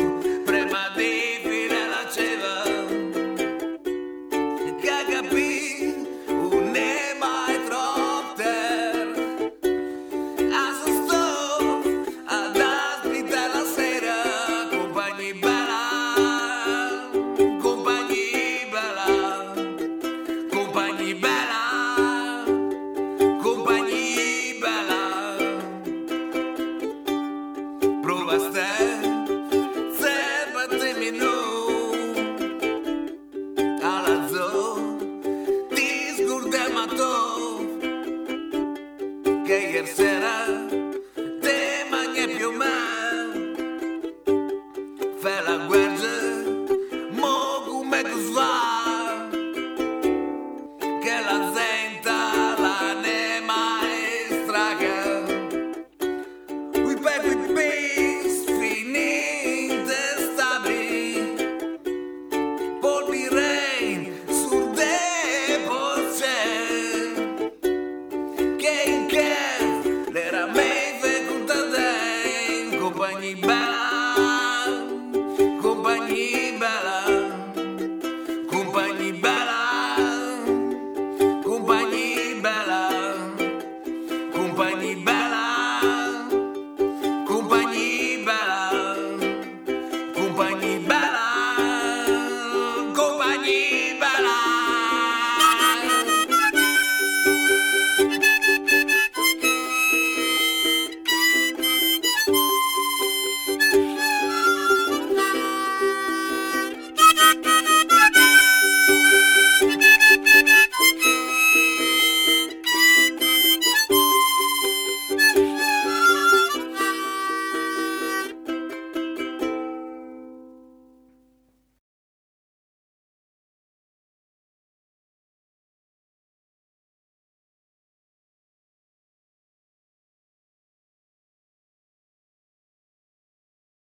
Speaker 19: prima di finire la ceva Che capì un ne mai troppo ter Assustò ad aspita la sera Compagni bella, compagni bella Compagni bella, compagni bella Provaste, sepatemi nu Alazzo, ti scurdem a to Che ieri sera te mangi più me Fai la guerra, mo come tu sva Che la senta la ne maestra che We back with bass, finin destabri. Polvi rain sur de poce. Che in che l'era mei fecuta dein. Compagni bella, compagni bella. Compagni bella, compagni bella. Compagni bella.